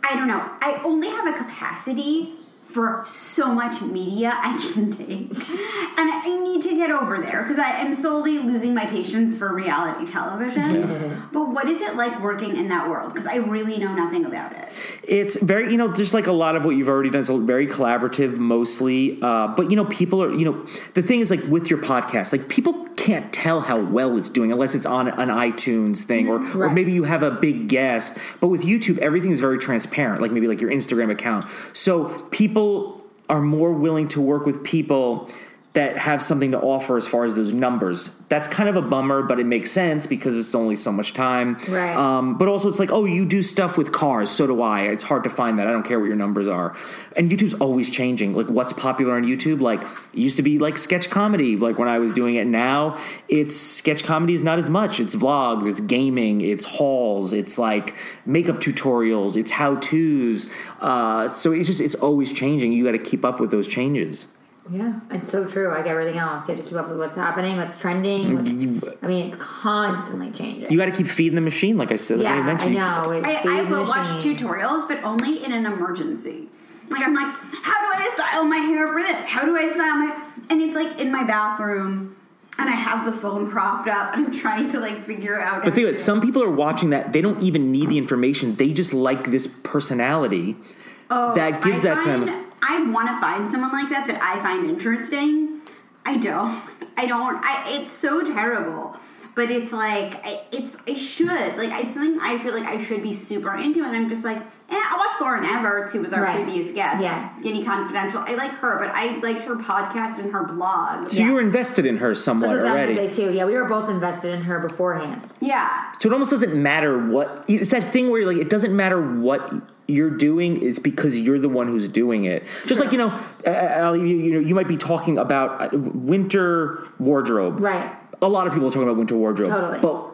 [SPEAKER 1] I don't know. I only have a capacity for so much media I can take, and I need to get over there because I am slowly losing my patience for reality television. But what is it like working in that world? Because I really know nothing about it.
[SPEAKER 3] it's very you know just like a lot of what you've already done it's very collaborative mostly uh, but you know people are you know the thing is like with your podcast like people can't tell how well it's doing unless it's on an itunes thing or, or
[SPEAKER 2] Right.
[SPEAKER 3] maybe you have a big guest but with youtube everything is very transparent like maybe like your instagram account so people are more willing to work with people that have something to offer as far as those numbers. That's kind of a bummer, but it makes sense because it's only so much time.
[SPEAKER 2] Right.
[SPEAKER 3] Um, but also, it's like, oh, you do stuff with cars, so do I. It's hard to find that. I don't care what your numbers are. And YouTube's always changing. Like, what's popular on YouTube? Like, it used to be like sketch comedy. Like when I was doing it, now it's sketch comedy is not as much. It's vlogs, it's gaming, it's hauls, it's like makeup tutorials, it's how tos. Uh, so it's just it's always changing. You got to keep up with those changes.
[SPEAKER 2] Yeah, it's so true. Like everything else, you have to keep up with what's happening, what's trending. what's- I mean, it's constantly changing.
[SPEAKER 3] Mm-hmm. You got to keep feeding the machine, like I said. like
[SPEAKER 2] yeah,
[SPEAKER 3] I,
[SPEAKER 2] I
[SPEAKER 3] mentioned.
[SPEAKER 2] know. It
[SPEAKER 1] I, I
[SPEAKER 2] feeds
[SPEAKER 1] will watch
[SPEAKER 2] machine.
[SPEAKER 1] tutorials, but only in an emergency. Like I'm like, how do I style my hair for this? How do I style my? And it's like in my bathroom, and I have the phone propped up, and I'm trying to like figure out.
[SPEAKER 3] But think about it. Some people are watching that. They don't even need the information. They just like this personality that gives
[SPEAKER 1] Oh, I
[SPEAKER 3] that
[SPEAKER 1] find,
[SPEAKER 3] to them.
[SPEAKER 1] I want to find someone like that that I find interesting. I don't. I don't. I, it's so terrible. But it's like I, it's I should like it's something I feel like I should be super into, and I'm just like, eh, I watched Lauren Everts, who was our
[SPEAKER 2] Right.
[SPEAKER 1] previous guest,
[SPEAKER 2] Yeah.
[SPEAKER 1] Skinny Confidential. I like her, but I liked her podcast and her blog.
[SPEAKER 3] So you were invested in her somewhat
[SPEAKER 2] That's what I was
[SPEAKER 3] already.
[SPEAKER 2] gonna say too. Yeah, we were both invested in her beforehand.
[SPEAKER 1] Yeah,
[SPEAKER 3] So it almost doesn't matter what it's that thing where you're like it doesn't matter what you're doing it's because you're the one who's doing it. Just like you know, uh, Ali, you, you know, you might be talking about uh, winter wardrobe.
[SPEAKER 2] Right.
[SPEAKER 3] A lot of people are talking about winter wardrobe.
[SPEAKER 2] Totally.
[SPEAKER 3] But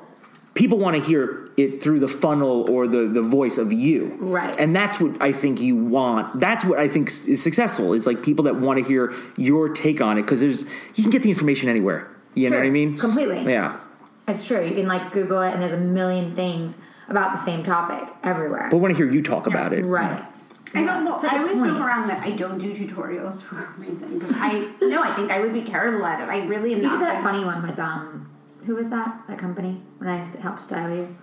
[SPEAKER 3] people want to hear it through the funnel or the the voice of you.
[SPEAKER 2] Right.
[SPEAKER 3] And that's what I think you want. That's what I think is successful. Is like people that want to hear your take on it because there's you can get the information anywhere. You know
[SPEAKER 2] Sure.
[SPEAKER 3] what I mean?
[SPEAKER 2] Completely.
[SPEAKER 3] Yeah.
[SPEAKER 2] It's true. You can like Google it, and there's a million things about the same topic everywhere.
[SPEAKER 3] But want to hear you talk about it.
[SPEAKER 2] right.
[SPEAKER 1] I don't know.
[SPEAKER 2] It's a
[SPEAKER 1] I
[SPEAKER 2] good
[SPEAKER 1] always
[SPEAKER 2] point.
[SPEAKER 1] joke around that I don't do tutorials (laughs) for a reason because I no, I think I would be terrible at it. I really am
[SPEAKER 2] You
[SPEAKER 1] not.
[SPEAKER 2] did that
[SPEAKER 1] good.
[SPEAKER 2] funny one with um, who was that? That company when I helped style you.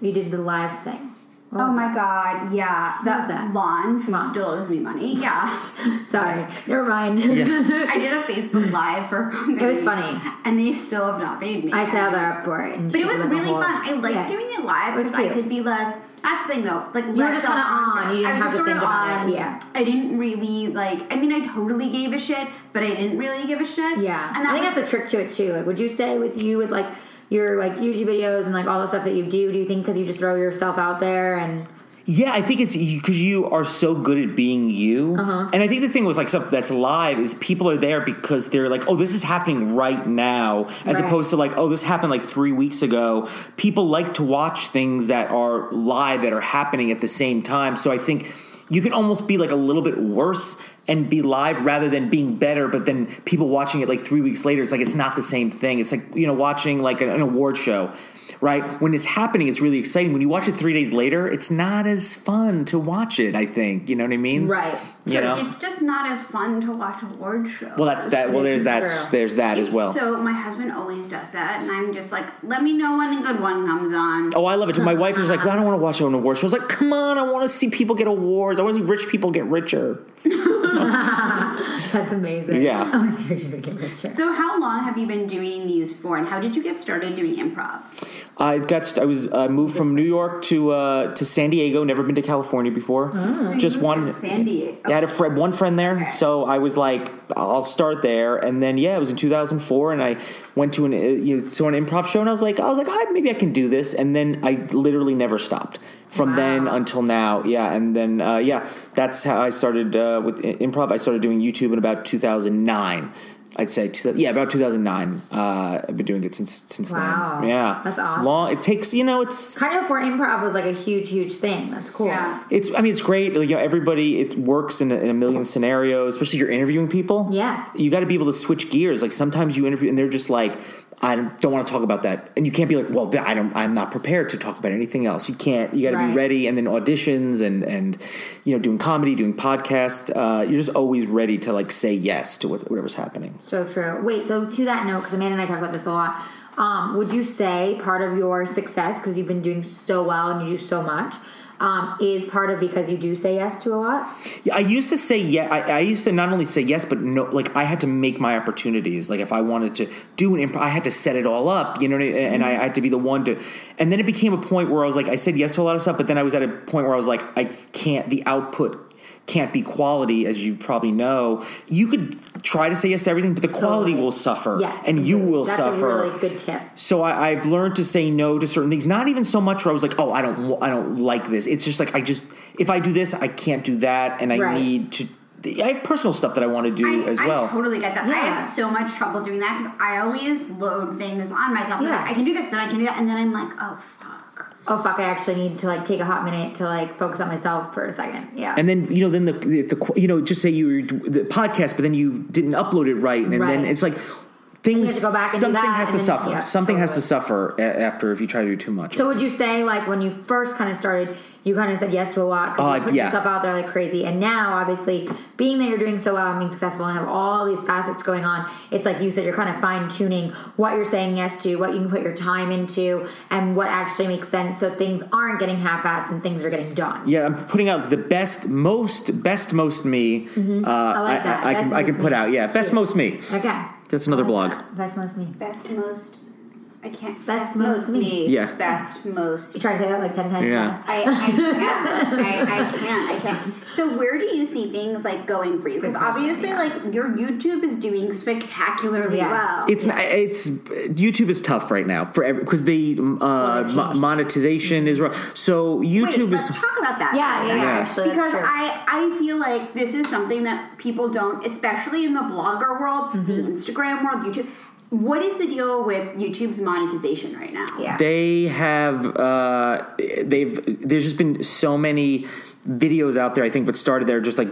[SPEAKER 2] You did the live thing. What
[SPEAKER 1] Oh
[SPEAKER 2] was
[SPEAKER 1] my god, yeah. That,
[SPEAKER 2] that.
[SPEAKER 1] launch
[SPEAKER 2] Launch.
[SPEAKER 1] still owes me money.
[SPEAKER 2] (laughs)
[SPEAKER 1] Yeah.
[SPEAKER 2] that? Sorry, never mind.
[SPEAKER 1] I did a Facebook Live for a company,
[SPEAKER 2] It was funny.
[SPEAKER 1] And they still have not paid me.
[SPEAKER 2] (laughs) I sat there up for it, and
[SPEAKER 1] But
[SPEAKER 2] she
[SPEAKER 1] it was
[SPEAKER 2] like a
[SPEAKER 1] really
[SPEAKER 2] whole-
[SPEAKER 1] fun. I liked
[SPEAKER 2] Yeah.
[SPEAKER 1] doing it live
[SPEAKER 2] It was
[SPEAKER 1] because I
[SPEAKER 2] cute.
[SPEAKER 1] could be less. That's the thing though. Like
[SPEAKER 2] were
[SPEAKER 1] less
[SPEAKER 2] just kinda
[SPEAKER 1] self-conscious.
[SPEAKER 2] on. You didn't
[SPEAKER 1] I was
[SPEAKER 2] have to
[SPEAKER 1] just sorta
[SPEAKER 2] think about it.
[SPEAKER 1] on.
[SPEAKER 2] Yeah.
[SPEAKER 1] I didn't really like. I mean, I totally gave a shit, but I didn't really give a shit.
[SPEAKER 2] Yeah,
[SPEAKER 1] And that
[SPEAKER 2] I think
[SPEAKER 1] was,
[SPEAKER 2] that's a trick to it too. Like, would you say with you with like your like YouTube videos and like all the stuff that you do? Do you think because you just throw yourself out there and
[SPEAKER 3] (laughs) Yeah, I think it's because you are so good at being you.
[SPEAKER 2] Uh-huh.
[SPEAKER 3] And I think the thing with like stuff that's live is people are there because they're like, oh, this is happening right now, as
[SPEAKER 2] Right.
[SPEAKER 3] opposed to like, oh, this happened like three weeks ago. People like to watch things that are live that are happening at the same time. So I think you can almost be like a little bit worse and be live rather than being better but then people watching it like three weeks later it's like it's not the same thing it's like you know watching like an, an award show right when it's happening it's really exciting when you watch it three days later it's not as fun to watch it i think you know what i mean
[SPEAKER 2] right?
[SPEAKER 3] you know
[SPEAKER 1] It's just not as fun to watch award shows.
[SPEAKER 3] well that's that well there's
[SPEAKER 2] True.
[SPEAKER 3] that there's that as well
[SPEAKER 1] So my husband always does that, and I'm just like, let me know when a good one comes on.
[SPEAKER 3] Oh, I love it. too. My wife was like, well, I don't want to watch an award show. I was like, come on, I want to see people get awards. I want to see rich people get richer.
[SPEAKER 2] (laughs) That's amazing. (laughs)
[SPEAKER 3] Yeah.
[SPEAKER 2] I was serious to get richer.
[SPEAKER 1] So, how long have you been doing these for, and how did you get started doing improv?
[SPEAKER 3] I got. st- I was. I moved from New York to uh, to San Diego. Never been to California before. Just
[SPEAKER 1] To
[SPEAKER 3] one.
[SPEAKER 1] San Diego.
[SPEAKER 3] I had a friend, one friend there, so I was like, I'll start there. And then yeah, it was in 2004, and I went to an uh, you know, to an improv show, and I was like, I was like, ah, maybe I can do this. And then I literally never stopped from then until now. Yeah, and then uh, yeah, that's how I started uh, with i- improv. I started doing YouTube in about 2009. I'd say, two, yeah, about 2009. Uh, I've been doing it since since
[SPEAKER 2] Wow.
[SPEAKER 3] then. Yeah,
[SPEAKER 2] That's awesome.
[SPEAKER 3] Long. It takes you know, it's
[SPEAKER 2] Kind of where improv was like a huge, huge thing. That's cool.
[SPEAKER 1] Yeah.
[SPEAKER 3] it's. I mean, it's great. Like, you know, everybody it works in a, in a million scenarios. Especially you're interviewing people.
[SPEAKER 2] Yeah.
[SPEAKER 3] you got to be able to switch gears. Like sometimes you interview and they're just like, I don't, don't want to talk about that, and you can't be like, well, th- I don't. I'm not prepared to talk about anything else. You can't. You got to
[SPEAKER 2] Right.
[SPEAKER 3] be ready. And then auditions and and you know doing comedy, doing podcast. Uh, you're just always ready to like say yes to what, whatever's happening.
[SPEAKER 2] So true. Wait, so to that note, because Amanda and I talk about this a lot, um, would you say part of your success, because you've been doing so well and you do so much, um, is part of because you do say yes to a lot?
[SPEAKER 3] Yeah, I used to say yeah. I, I used to not only say yes, but no. Like I had to make my opportunities. Like if I wanted to do an improv, I had to set it all up. You know, what I mean? and I, I had to be the one to. And then it became a point where I was like, I said yes to a lot of stuff, but then I was at a point where I was like, I can't. The output can't be quality, as you probably know. You could try to say yes to everything, but the quality
[SPEAKER 2] Totally.
[SPEAKER 3] will suffer,
[SPEAKER 2] Yes,
[SPEAKER 3] and you
[SPEAKER 2] completely.
[SPEAKER 3] will
[SPEAKER 2] That's
[SPEAKER 3] suffer.
[SPEAKER 2] a really good tip.
[SPEAKER 3] so I, I've learned to say no to certain things. Not even so much where I was like, "Oh, I don't, wa- I don't like this." It's just like I just, if I do this, I can't do that, and I
[SPEAKER 2] Right.
[SPEAKER 3] need to. I have personal stuff that I want to do
[SPEAKER 1] I,
[SPEAKER 3] as
[SPEAKER 1] I
[SPEAKER 3] well.
[SPEAKER 1] totally get that. I
[SPEAKER 2] Yeah.
[SPEAKER 1] have so much trouble doing that because I always load things on myself. I'm
[SPEAKER 2] Yeah.
[SPEAKER 1] like, I can do this, and I can do that, and then I'm like, oh fuck.
[SPEAKER 2] Oh fuck! I actually need to like take a hot minute to like focus on myself for a second. Yeah.
[SPEAKER 3] and then you know, then the, the, the you know, just say you were the podcast, but then you didn't upload it right, and
[SPEAKER 2] Right.
[SPEAKER 3] then it's like things.
[SPEAKER 2] have to go back and do
[SPEAKER 3] something
[SPEAKER 2] that,
[SPEAKER 3] has to
[SPEAKER 2] and then-
[SPEAKER 3] suffer.
[SPEAKER 2] yeah,
[SPEAKER 3] something has to
[SPEAKER 2] totally.
[SPEAKER 3] suffer a- after if you try to do too much.
[SPEAKER 2] so would you say like when you first kind of started, you kind of said yes to a lot, 'cause
[SPEAKER 3] Uh,
[SPEAKER 2] you put
[SPEAKER 3] yeah.
[SPEAKER 2] yourself out there like crazy, and now obviously being that you're doing so well and being successful and have all these facets going on, it's like you said you're kind of fine tuning what you're saying yes to, what you can put your time into, and what actually makes sense, so things aren't getting half-assed and things are getting done.
[SPEAKER 3] yeah, I'm putting out the best, most, best, most me. Uh, I,
[SPEAKER 2] Mm-hmm. like that.
[SPEAKER 3] I, I
[SPEAKER 2] Best
[SPEAKER 3] can, I can
[SPEAKER 2] most
[SPEAKER 3] put
[SPEAKER 2] me.
[SPEAKER 3] out. Yeah, best,
[SPEAKER 2] Yeah.
[SPEAKER 3] most me.
[SPEAKER 2] Okay.
[SPEAKER 3] That's another blog.
[SPEAKER 2] That's most me.
[SPEAKER 1] Best most. I can't.
[SPEAKER 2] Best most me.
[SPEAKER 3] Yeah.
[SPEAKER 1] Best most.
[SPEAKER 2] You try to say that like ten times
[SPEAKER 3] Yeah.
[SPEAKER 2] fast. (laughs)
[SPEAKER 1] I, I can't. I, I can't. I can't. So where do you see things like going for you? Because
[SPEAKER 2] Good question,
[SPEAKER 1] obviously,
[SPEAKER 2] yeah.
[SPEAKER 1] like your YouTube is doing spectacularly
[SPEAKER 2] Yes.
[SPEAKER 1] well.
[SPEAKER 3] It's not it's YouTube is tough right now for because they uh,
[SPEAKER 2] they
[SPEAKER 3] mo-
[SPEAKER 2] changed.
[SPEAKER 3] monetization is wrong. So
[SPEAKER 1] Wait,
[SPEAKER 3] YouTube
[SPEAKER 1] let's
[SPEAKER 3] is
[SPEAKER 1] talk about that.
[SPEAKER 2] Yeah,
[SPEAKER 1] for a
[SPEAKER 2] yeah,
[SPEAKER 1] second.
[SPEAKER 2] yeah,
[SPEAKER 3] Yeah.
[SPEAKER 2] actually. that's
[SPEAKER 1] because
[SPEAKER 2] true.
[SPEAKER 1] I I feel like this is something that people don't, especially in the blogger world, the
[SPEAKER 2] Mm-hmm.
[SPEAKER 1] Instagram world, YouTube. What is the deal with YouTube's monetization right now?
[SPEAKER 2] yeah.
[SPEAKER 3] they have uh, they've there's just been so many videos out there i think what started there just like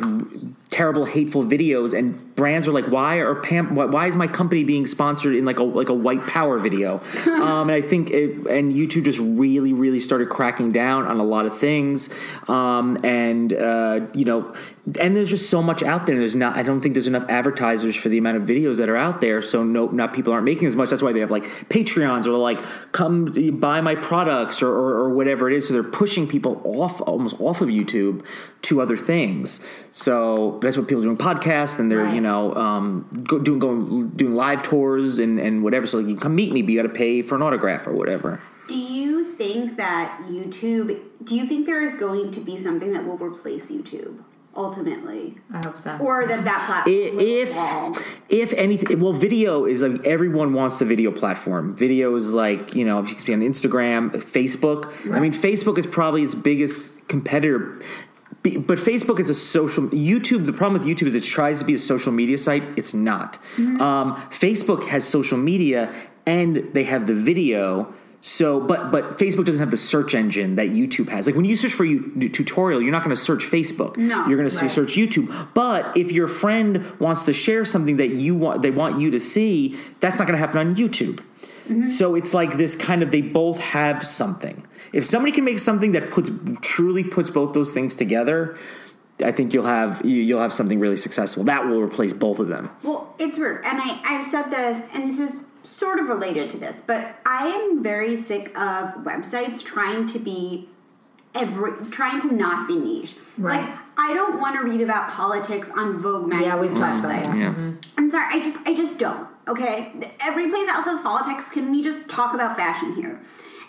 [SPEAKER 3] terrible hateful videos and brands are like why are pam why, why is my company being sponsored in like a like a white power video
[SPEAKER 2] (laughs)
[SPEAKER 3] um, and i think it, and youtube just really really started cracking down on a lot of things um, and uh, you know and there's just so much out there there's not i don't think there's enough advertisers for the amount of videos that are out there so no not people aren't making as much that's why they have like patreons or like come buy my products or, or, or whatever it is so they're pushing people off almost off of youtube to other things so that's what people are doing podcasts and they're
[SPEAKER 2] Right.
[SPEAKER 3] you know um, go, doing going doing live tours and, and whatever so like you can come meet me but you got to pay for an autograph or whatever
[SPEAKER 1] Do you think that YouTube? Do you think there is going to be something that will replace YouTube ultimately,
[SPEAKER 2] I hope so.
[SPEAKER 1] or that that
[SPEAKER 3] I-
[SPEAKER 1] platform? will fall?
[SPEAKER 3] if if anything well video is like everyone wants the video platform video is like you know if you can see on instagram facebook i mean facebook is probably its biggest competitor Be- but facebook is a social youtube the problem with youtube is it tries to be a social media site it's not um, facebook has social media and they have the video so, but but Facebook doesn't have the search engine that YouTube has. Like when you search for you tutorial, you're not going to search Facebook.
[SPEAKER 1] No.
[SPEAKER 3] you're going to
[SPEAKER 2] Right.
[SPEAKER 3] search YouTube. But if your friend wants to share something that you want, they want you to see, that's not going to happen on YouTube.
[SPEAKER 2] Mm-hmm.
[SPEAKER 3] So it's like this kind of they both have something. If somebody can make something that puts truly puts both those things together, I think you'll have you- you'll have something really successful that will replace both of them.
[SPEAKER 1] Well, it's weird. And I, I've said this, and this is sort of related to this, but I am very sick of websites trying to be every trying to not be niche.
[SPEAKER 2] Right.
[SPEAKER 1] Like I don't want to read about politics on Vogue
[SPEAKER 2] Yeah, we've
[SPEAKER 1] magazine's
[SPEAKER 2] talked
[SPEAKER 1] website.
[SPEAKER 2] about that.
[SPEAKER 3] Yeah.
[SPEAKER 1] I'm sorry, I just I just don't. Okay, every place else has politics. Can we just talk about fashion here?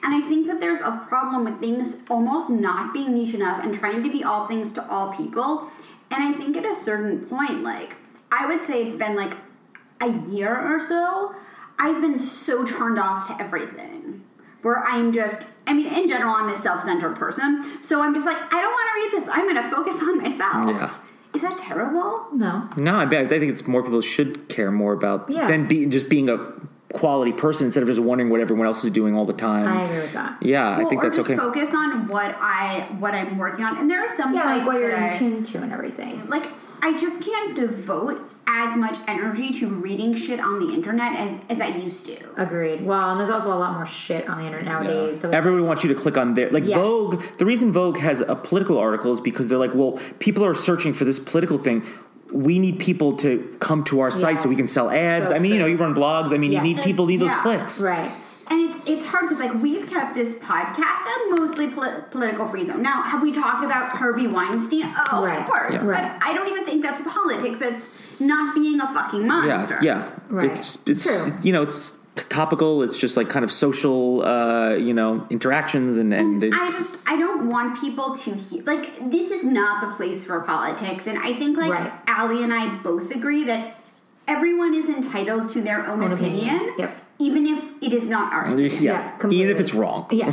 [SPEAKER 1] And I think that there's a problem with things almost not being niche enough and trying to be all things to all people. And I think at a certain point, like I would say it's been like a year or so, I've been so turned off to everything. Where I'm just, I mean, in general, I'm a self-centered person, so I'm just like, I don't want to read this. I'm going to focus on myself.
[SPEAKER 3] Yeah.
[SPEAKER 1] Is that terrible?
[SPEAKER 2] No.
[SPEAKER 3] No, I, bet, I think it's more people should care more about
[SPEAKER 2] Yeah.
[SPEAKER 3] than be, just being a quality person instead of just wondering what everyone else is doing all the time.
[SPEAKER 2] I agree with that.
[SPEAKER 3] yeah,
[SPEAKER 1] Well,
[SPEAKER 3] I think
[SPEAKER 1] or
[SPEAKER 3] that's
[SPEAKER 1] just
[SPEAKER 3] okay.
[SPEAKER 1] focus on what I what I'm working on. And there are some
[SPEAKER 2] Yeah,
[SPEAKER 1] sites
[SPEAKER 2] like what you're
[SPEAKER 1] that I-
[SPEAKER 2] attuned to and everything.
[SPEAKER 1] like I just can't devote as much energy to reading shit on the internet as as I used to.
[SPEAKER 2] Agreed. Well, and there's also a lot more shit on the internet nowadays. So it's
[SPEAKER 3] Everyone wants you to click on their like
[SPEAKER 2] Yes.
[SPEAKER 3] Vogue. The reason Vogue has a political article is because they're like, well, people are searching for this political thing. We need people to come to our site so we can sell ads.
[SPEAKER 2] So
[SPEAKER 3] I mean, you know,
[SPEAKER 2] true.
[SPEAKER 3] you run blogs. I mean,
[SPEAKER 2] Yes.
[SPEAKER 3] you need people need
[SPEAKER 1] Yeah.
[SPEAKER 3] those clicks.
[SPEAKER 2] right.
[SPEAKER 1] And it's it's hard because like we've kept this podcast a mostly poli- political free zone. Now, have we talked about Harvey Weinstein? Oh,
[SPEAKER 2] Right.
[SPEAKER 1] of course.
[SPEAKER 2] Yeah.
[SPEAKER 1] But
[SPEAKER 2] Right.
[SPEAKER 1] I don't even think that's politics. That's not being a fucking monster.
[SPEAKER 3] Yeah, yeah.
[SPEAKER 2] Right.
[SPEAKER 3] It's it's
[SPEAKER 2] True.
[SPEAKER 3] you know it's topical. It's just like kind of social, uh, you know, interactions and and.
[SPEAKER 1] I just I don't want people to he- like this is not the place for politics, and I think like
[SPEAKER 2] Right.
[SPEAKER 1] Allie and I both agree that everyone is entitled to their own,
[SPEAKER 2] Own
[SPEAKER 1] opinion,
[SPEAKER 2] opinion. Yep.
[SPEAKER 1] even if it is not ours.
[SPEAKER 3] yeah, even
[SPEAKER 2] completely.
[SPEAKER 3] if it's wrong.
[SPEAKER 2] Yeah,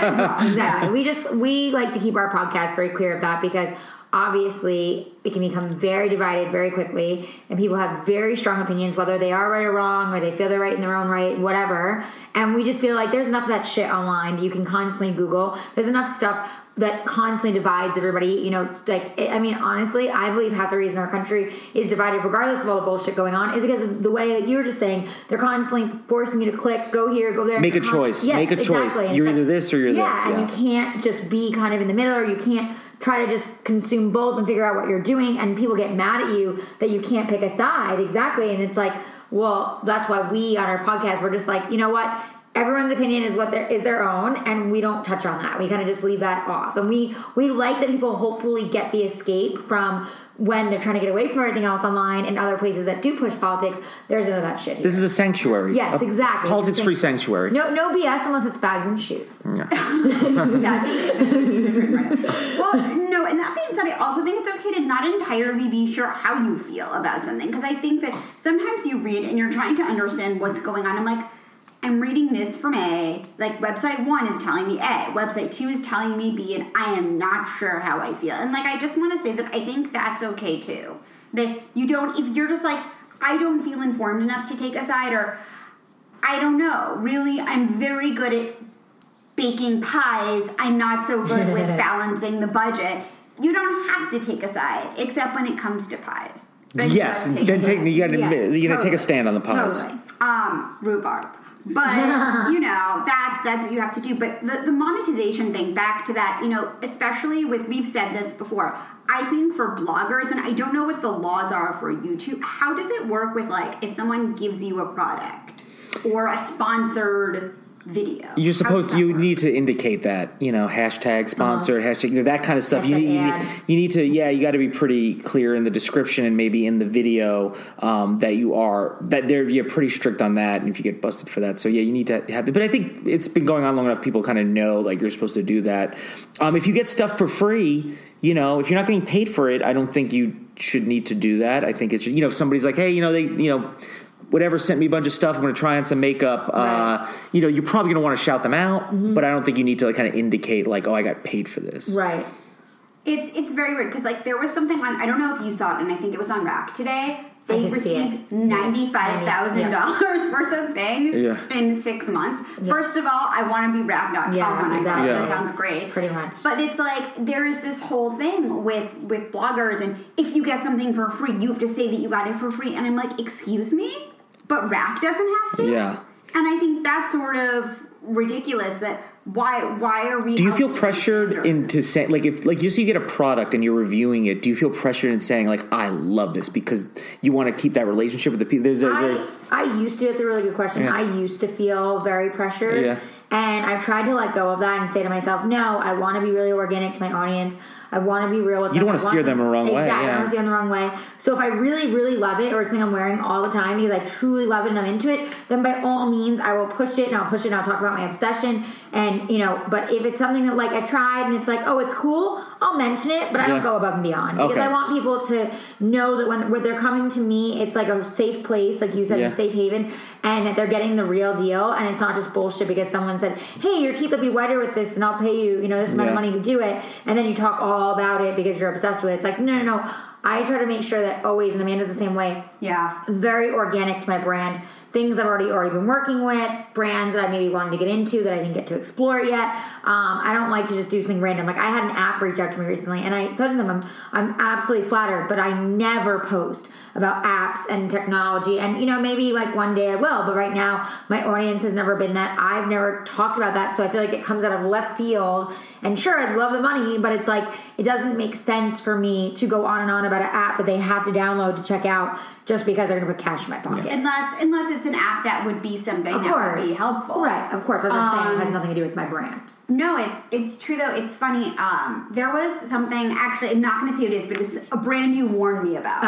[SPEAKER 2] exactly. We just we like to keep our podcast very clear of that because obviously it can become very divided very quickly, and people have very strong opinions whether they are right or wrong, or they feel they're right in their own right, whatever. And we just feel like there's enough of that shit online that you can constantly Google. There's enough stuff that constantly divides everybody. You know, like I I mean, honestly, I believe half the reason our country is divided, regardless of all the bullshit going on, is because of the way that you were just saying they're constantly forcing you to click, go here, go there,
[SPEAKER 3] Make a
[SPEAKER 2] Con-
[SPEAKER 3] choice.
[SPEAKER 2] Yes,
[SPEAKER 3] Make a choice.
[SPEAKER 2] exactly. And
[SPEAKER 3] You're
[SPEAKER 2] it's
[SPEAKER 3] either this or you're
[SPEAKER 2] yeah,
[SPEAKER 3] this,
[SPEAKER 2] and
[SPEAKER 3] yeah.
[SPEAKER 2] you can't just be kind of in the middle, or you can't try to just consume both and figure out what you're doing. And people get mad at you that you can't pick a side exactly. And it's like, well, that's why we on our podcast we're just like, you know what? Everyone's opinion is what their is their own, and we don't touch on that. We kind of just leave that off, and we we like that people hopefully get the escape from when they're trying to get away from everything else online and other places that do push politics. There's none of that shit. Here.
[SPEAKER 3] This is a sanctuary.
[SPEAKER 2] Yes,
[SPEAKER 3] A
[SPEAKER 2] exactly.
[SPEAKER 3] Politics-free sanctuary.
[SPEAKER 2] no no BS unless it's bags and shoes. (laughs)
[SPEAKER 1] That's well, no, and that being said, I also think it's okay to not entirely be sure how you feel about something because I think that sometimes you read and you're trying to understand what's going on. I'm like, I'm reading this from A, like website one is telling me A, website two is telling me B, and I am not sure how I feel. And like, I just want to say that I think that's okay too. That you don't, if you're just like, I don't feel informed enough to take a side, or I don't know, really, I'm very good at baking pies, I'm not so good with balancing the budget. You don't have to take a side, except when it comes to pies. Then you
[SPEAKER 3] Yes,
[SPEAKER 1] gotta take a
[SPEAKER 3] then
[SPEAKER 1] side.
[SPEAKER 3] take you got to
[SPEAKER 2] Yeah,
[SPEAKER 3] you got to take
[SPEAKER 2] totally.
[SPEAKER 3] a stand on the pies.
[SPEAKER 2] Totally.
[SPEAKER 1] um, rhubarb.
[SPEAKER 3] (laughs)
[SPEAKER 1] But you know, that's that's what you have to do. But the, the monetization thing, back to that, you know, especially with we've said this before. I think for bloggers, and I don't know what the laws are for YouTube. How does it work with like if someone gives you a product or a sponsored video?
[SPEAKER 3] You're supposed to, you
[SPEAKER 1] need.
[SPEAKER 3] need to indicate that, you know, hashtag sponsored, hashtag, you know, that kind of stuff. You,
[SPEAKER 2] Hashtag
[SPEAKER 3] need- you,
[SPEAKER 2] ad.
[SPEAKER 3] need, you need to, yeah, you got to be pretty clear in the description and maybe in the video um, that you are, that they're you're pretty strict on that. And if you get busted for that, so yeah, you need to have, but I think it's been going on long enough, people kind of know like you're supposed to do that. Um, if you get stuff for free, you know, if you're not getting paid for it, I don't think you should need to do that. I think it's, you know, if somebody's like, hey, you know, they, you know, whatever sent me a bunch of stuff. I'm going to try on some makeup. Uh, you know, you're probably going to want to shout them out, but I don't think you need to like kind of indicate like, oh, I got paid for this.
[SPEAKER 2] Mm-hmm. Right.
[SPEAKER 1] It's it's very weird because like there was something on I don't know if you saw it and I think it was on Rack today. They
[SPEAKER 2] did see it.
[SPEAKER 1] received ninety five thousand dollars (laughs) worth of things
[SPEAKER 3] Yeah.
[SPEAKER 1] in six months. First of all, I want to be Rack.com
[SPEAKER 2] Yeah,
[SPEAKER 1] when I
[SPEAKER 2] exactly.
[SPEAKER 1] go.
[SPEAKER 3] Yeah.
[SPEAKER 1] That sounds great.
[SPEAKER 2] Pretty much.
[SPEAKER 1] But it's like there is this whole thing with with bloggers and if you get something for free, you have to say that you got it for free. And I'm like, excuse me, but Rack doesn't have to.
[SPEAKER 3] Yeah.
[SPEAKER 1] And I think that's sort of ridiculous. That why why are we?
[SPEAKER 3] Do you feel pressured into saying like if like you see you get a product and you're reviewing it? Do you feel pressured in saying like I love this because you want to keep that relationship with the people? There's a,
[SPEAKER 2] I, I used to. It's a really good question.
[SPEAKER 3] Yeah.
[SPEAKER 2] I used to feel very pressured,
[SPEAKER 3] Yeah.
[SPEAKER 2] and I've tried to let go of that and say to myself, "No, I want to be really organic to my audience. I want to be real with
[SPEAKER 3] You
[SPEAKER 2] them.
[SPEAKER 3] don't wanna
[SPEAKER 2] I want
[SPEAKER 3] steer them the wrong way,
[SPEAKER 2] Exactly. I
[SPEAKER 3] yeah.
[SPEAKER 2] want to steer them the wrong way. So if I really, really love it, or it's something I'm wearing all the time because I truly love it and I'm into it, then by all means, I will push it and I'll push it and I'll talk about my obsession. And you know, but if it's something that like I tried and it's like, oh, it's cool, I'll mention it, but I
[SPEAKER 3] Yeah.
[SPEAKER 2] don't go above and beyond because
[SPEAKER 3] Okay.
[SPEAKER 2] I want want people to know that when, when they're coming to me, it's like a safe place, like you said,
[SPEAKER 3] Yeah.
[SPEAKER 2] a safe haven, and that they're getting the real deal, and it's not just bullshit because someone said, "Hey, your teeth will be whiter with this, and I'll pay you, you know, this amount
[SPEAKER 3] Yeah.
[SPEAKER 2] of money to do it," and then you talk all about it because you're obsessed with it. It's like, no, no, no. I try to make sure that always, and Amanda's the same way
[SPEAKER 1] Yeah.
[SPEAKER 2] very organic to my brand. Things I've already already been working with, brands that I maybe wanted to get into that I didn't get to explore yet. Um, I don't like to just do something random. Like I had an app reach out to me recently, and I said to them, "I'm I'm absolutely flattered, but I never post about apps and technology. And you know, maybe like one day I will, but right now my audience has never been that. I've never talked about that, so I feel like it comes out of left field. And sure, I'd love the money, but it's like it doesn't make sense for me to go on and on about an app that they have to download to check out just because they're going to put cash in my pocket.
[SPEAKER 1] Unless unless it's an app that would be something
[SPEAKER 2] Of
[SPEAKER 1] that would
[SPEAKER 2] course.
[SPEAKER 1] be helpful.
[SPEAKER 2] Right, of course. That's what I'm saying. It
[SPEAKER 1] Um,
[SPEAKER 2] has nothing to do with my brand.
[SPEAKER 1] No, it's it's true though. It's funny. Um, there was something actually. I'm not going to say what it is, but it was a brand you warned me about.
[SPEAKER 2] Oh,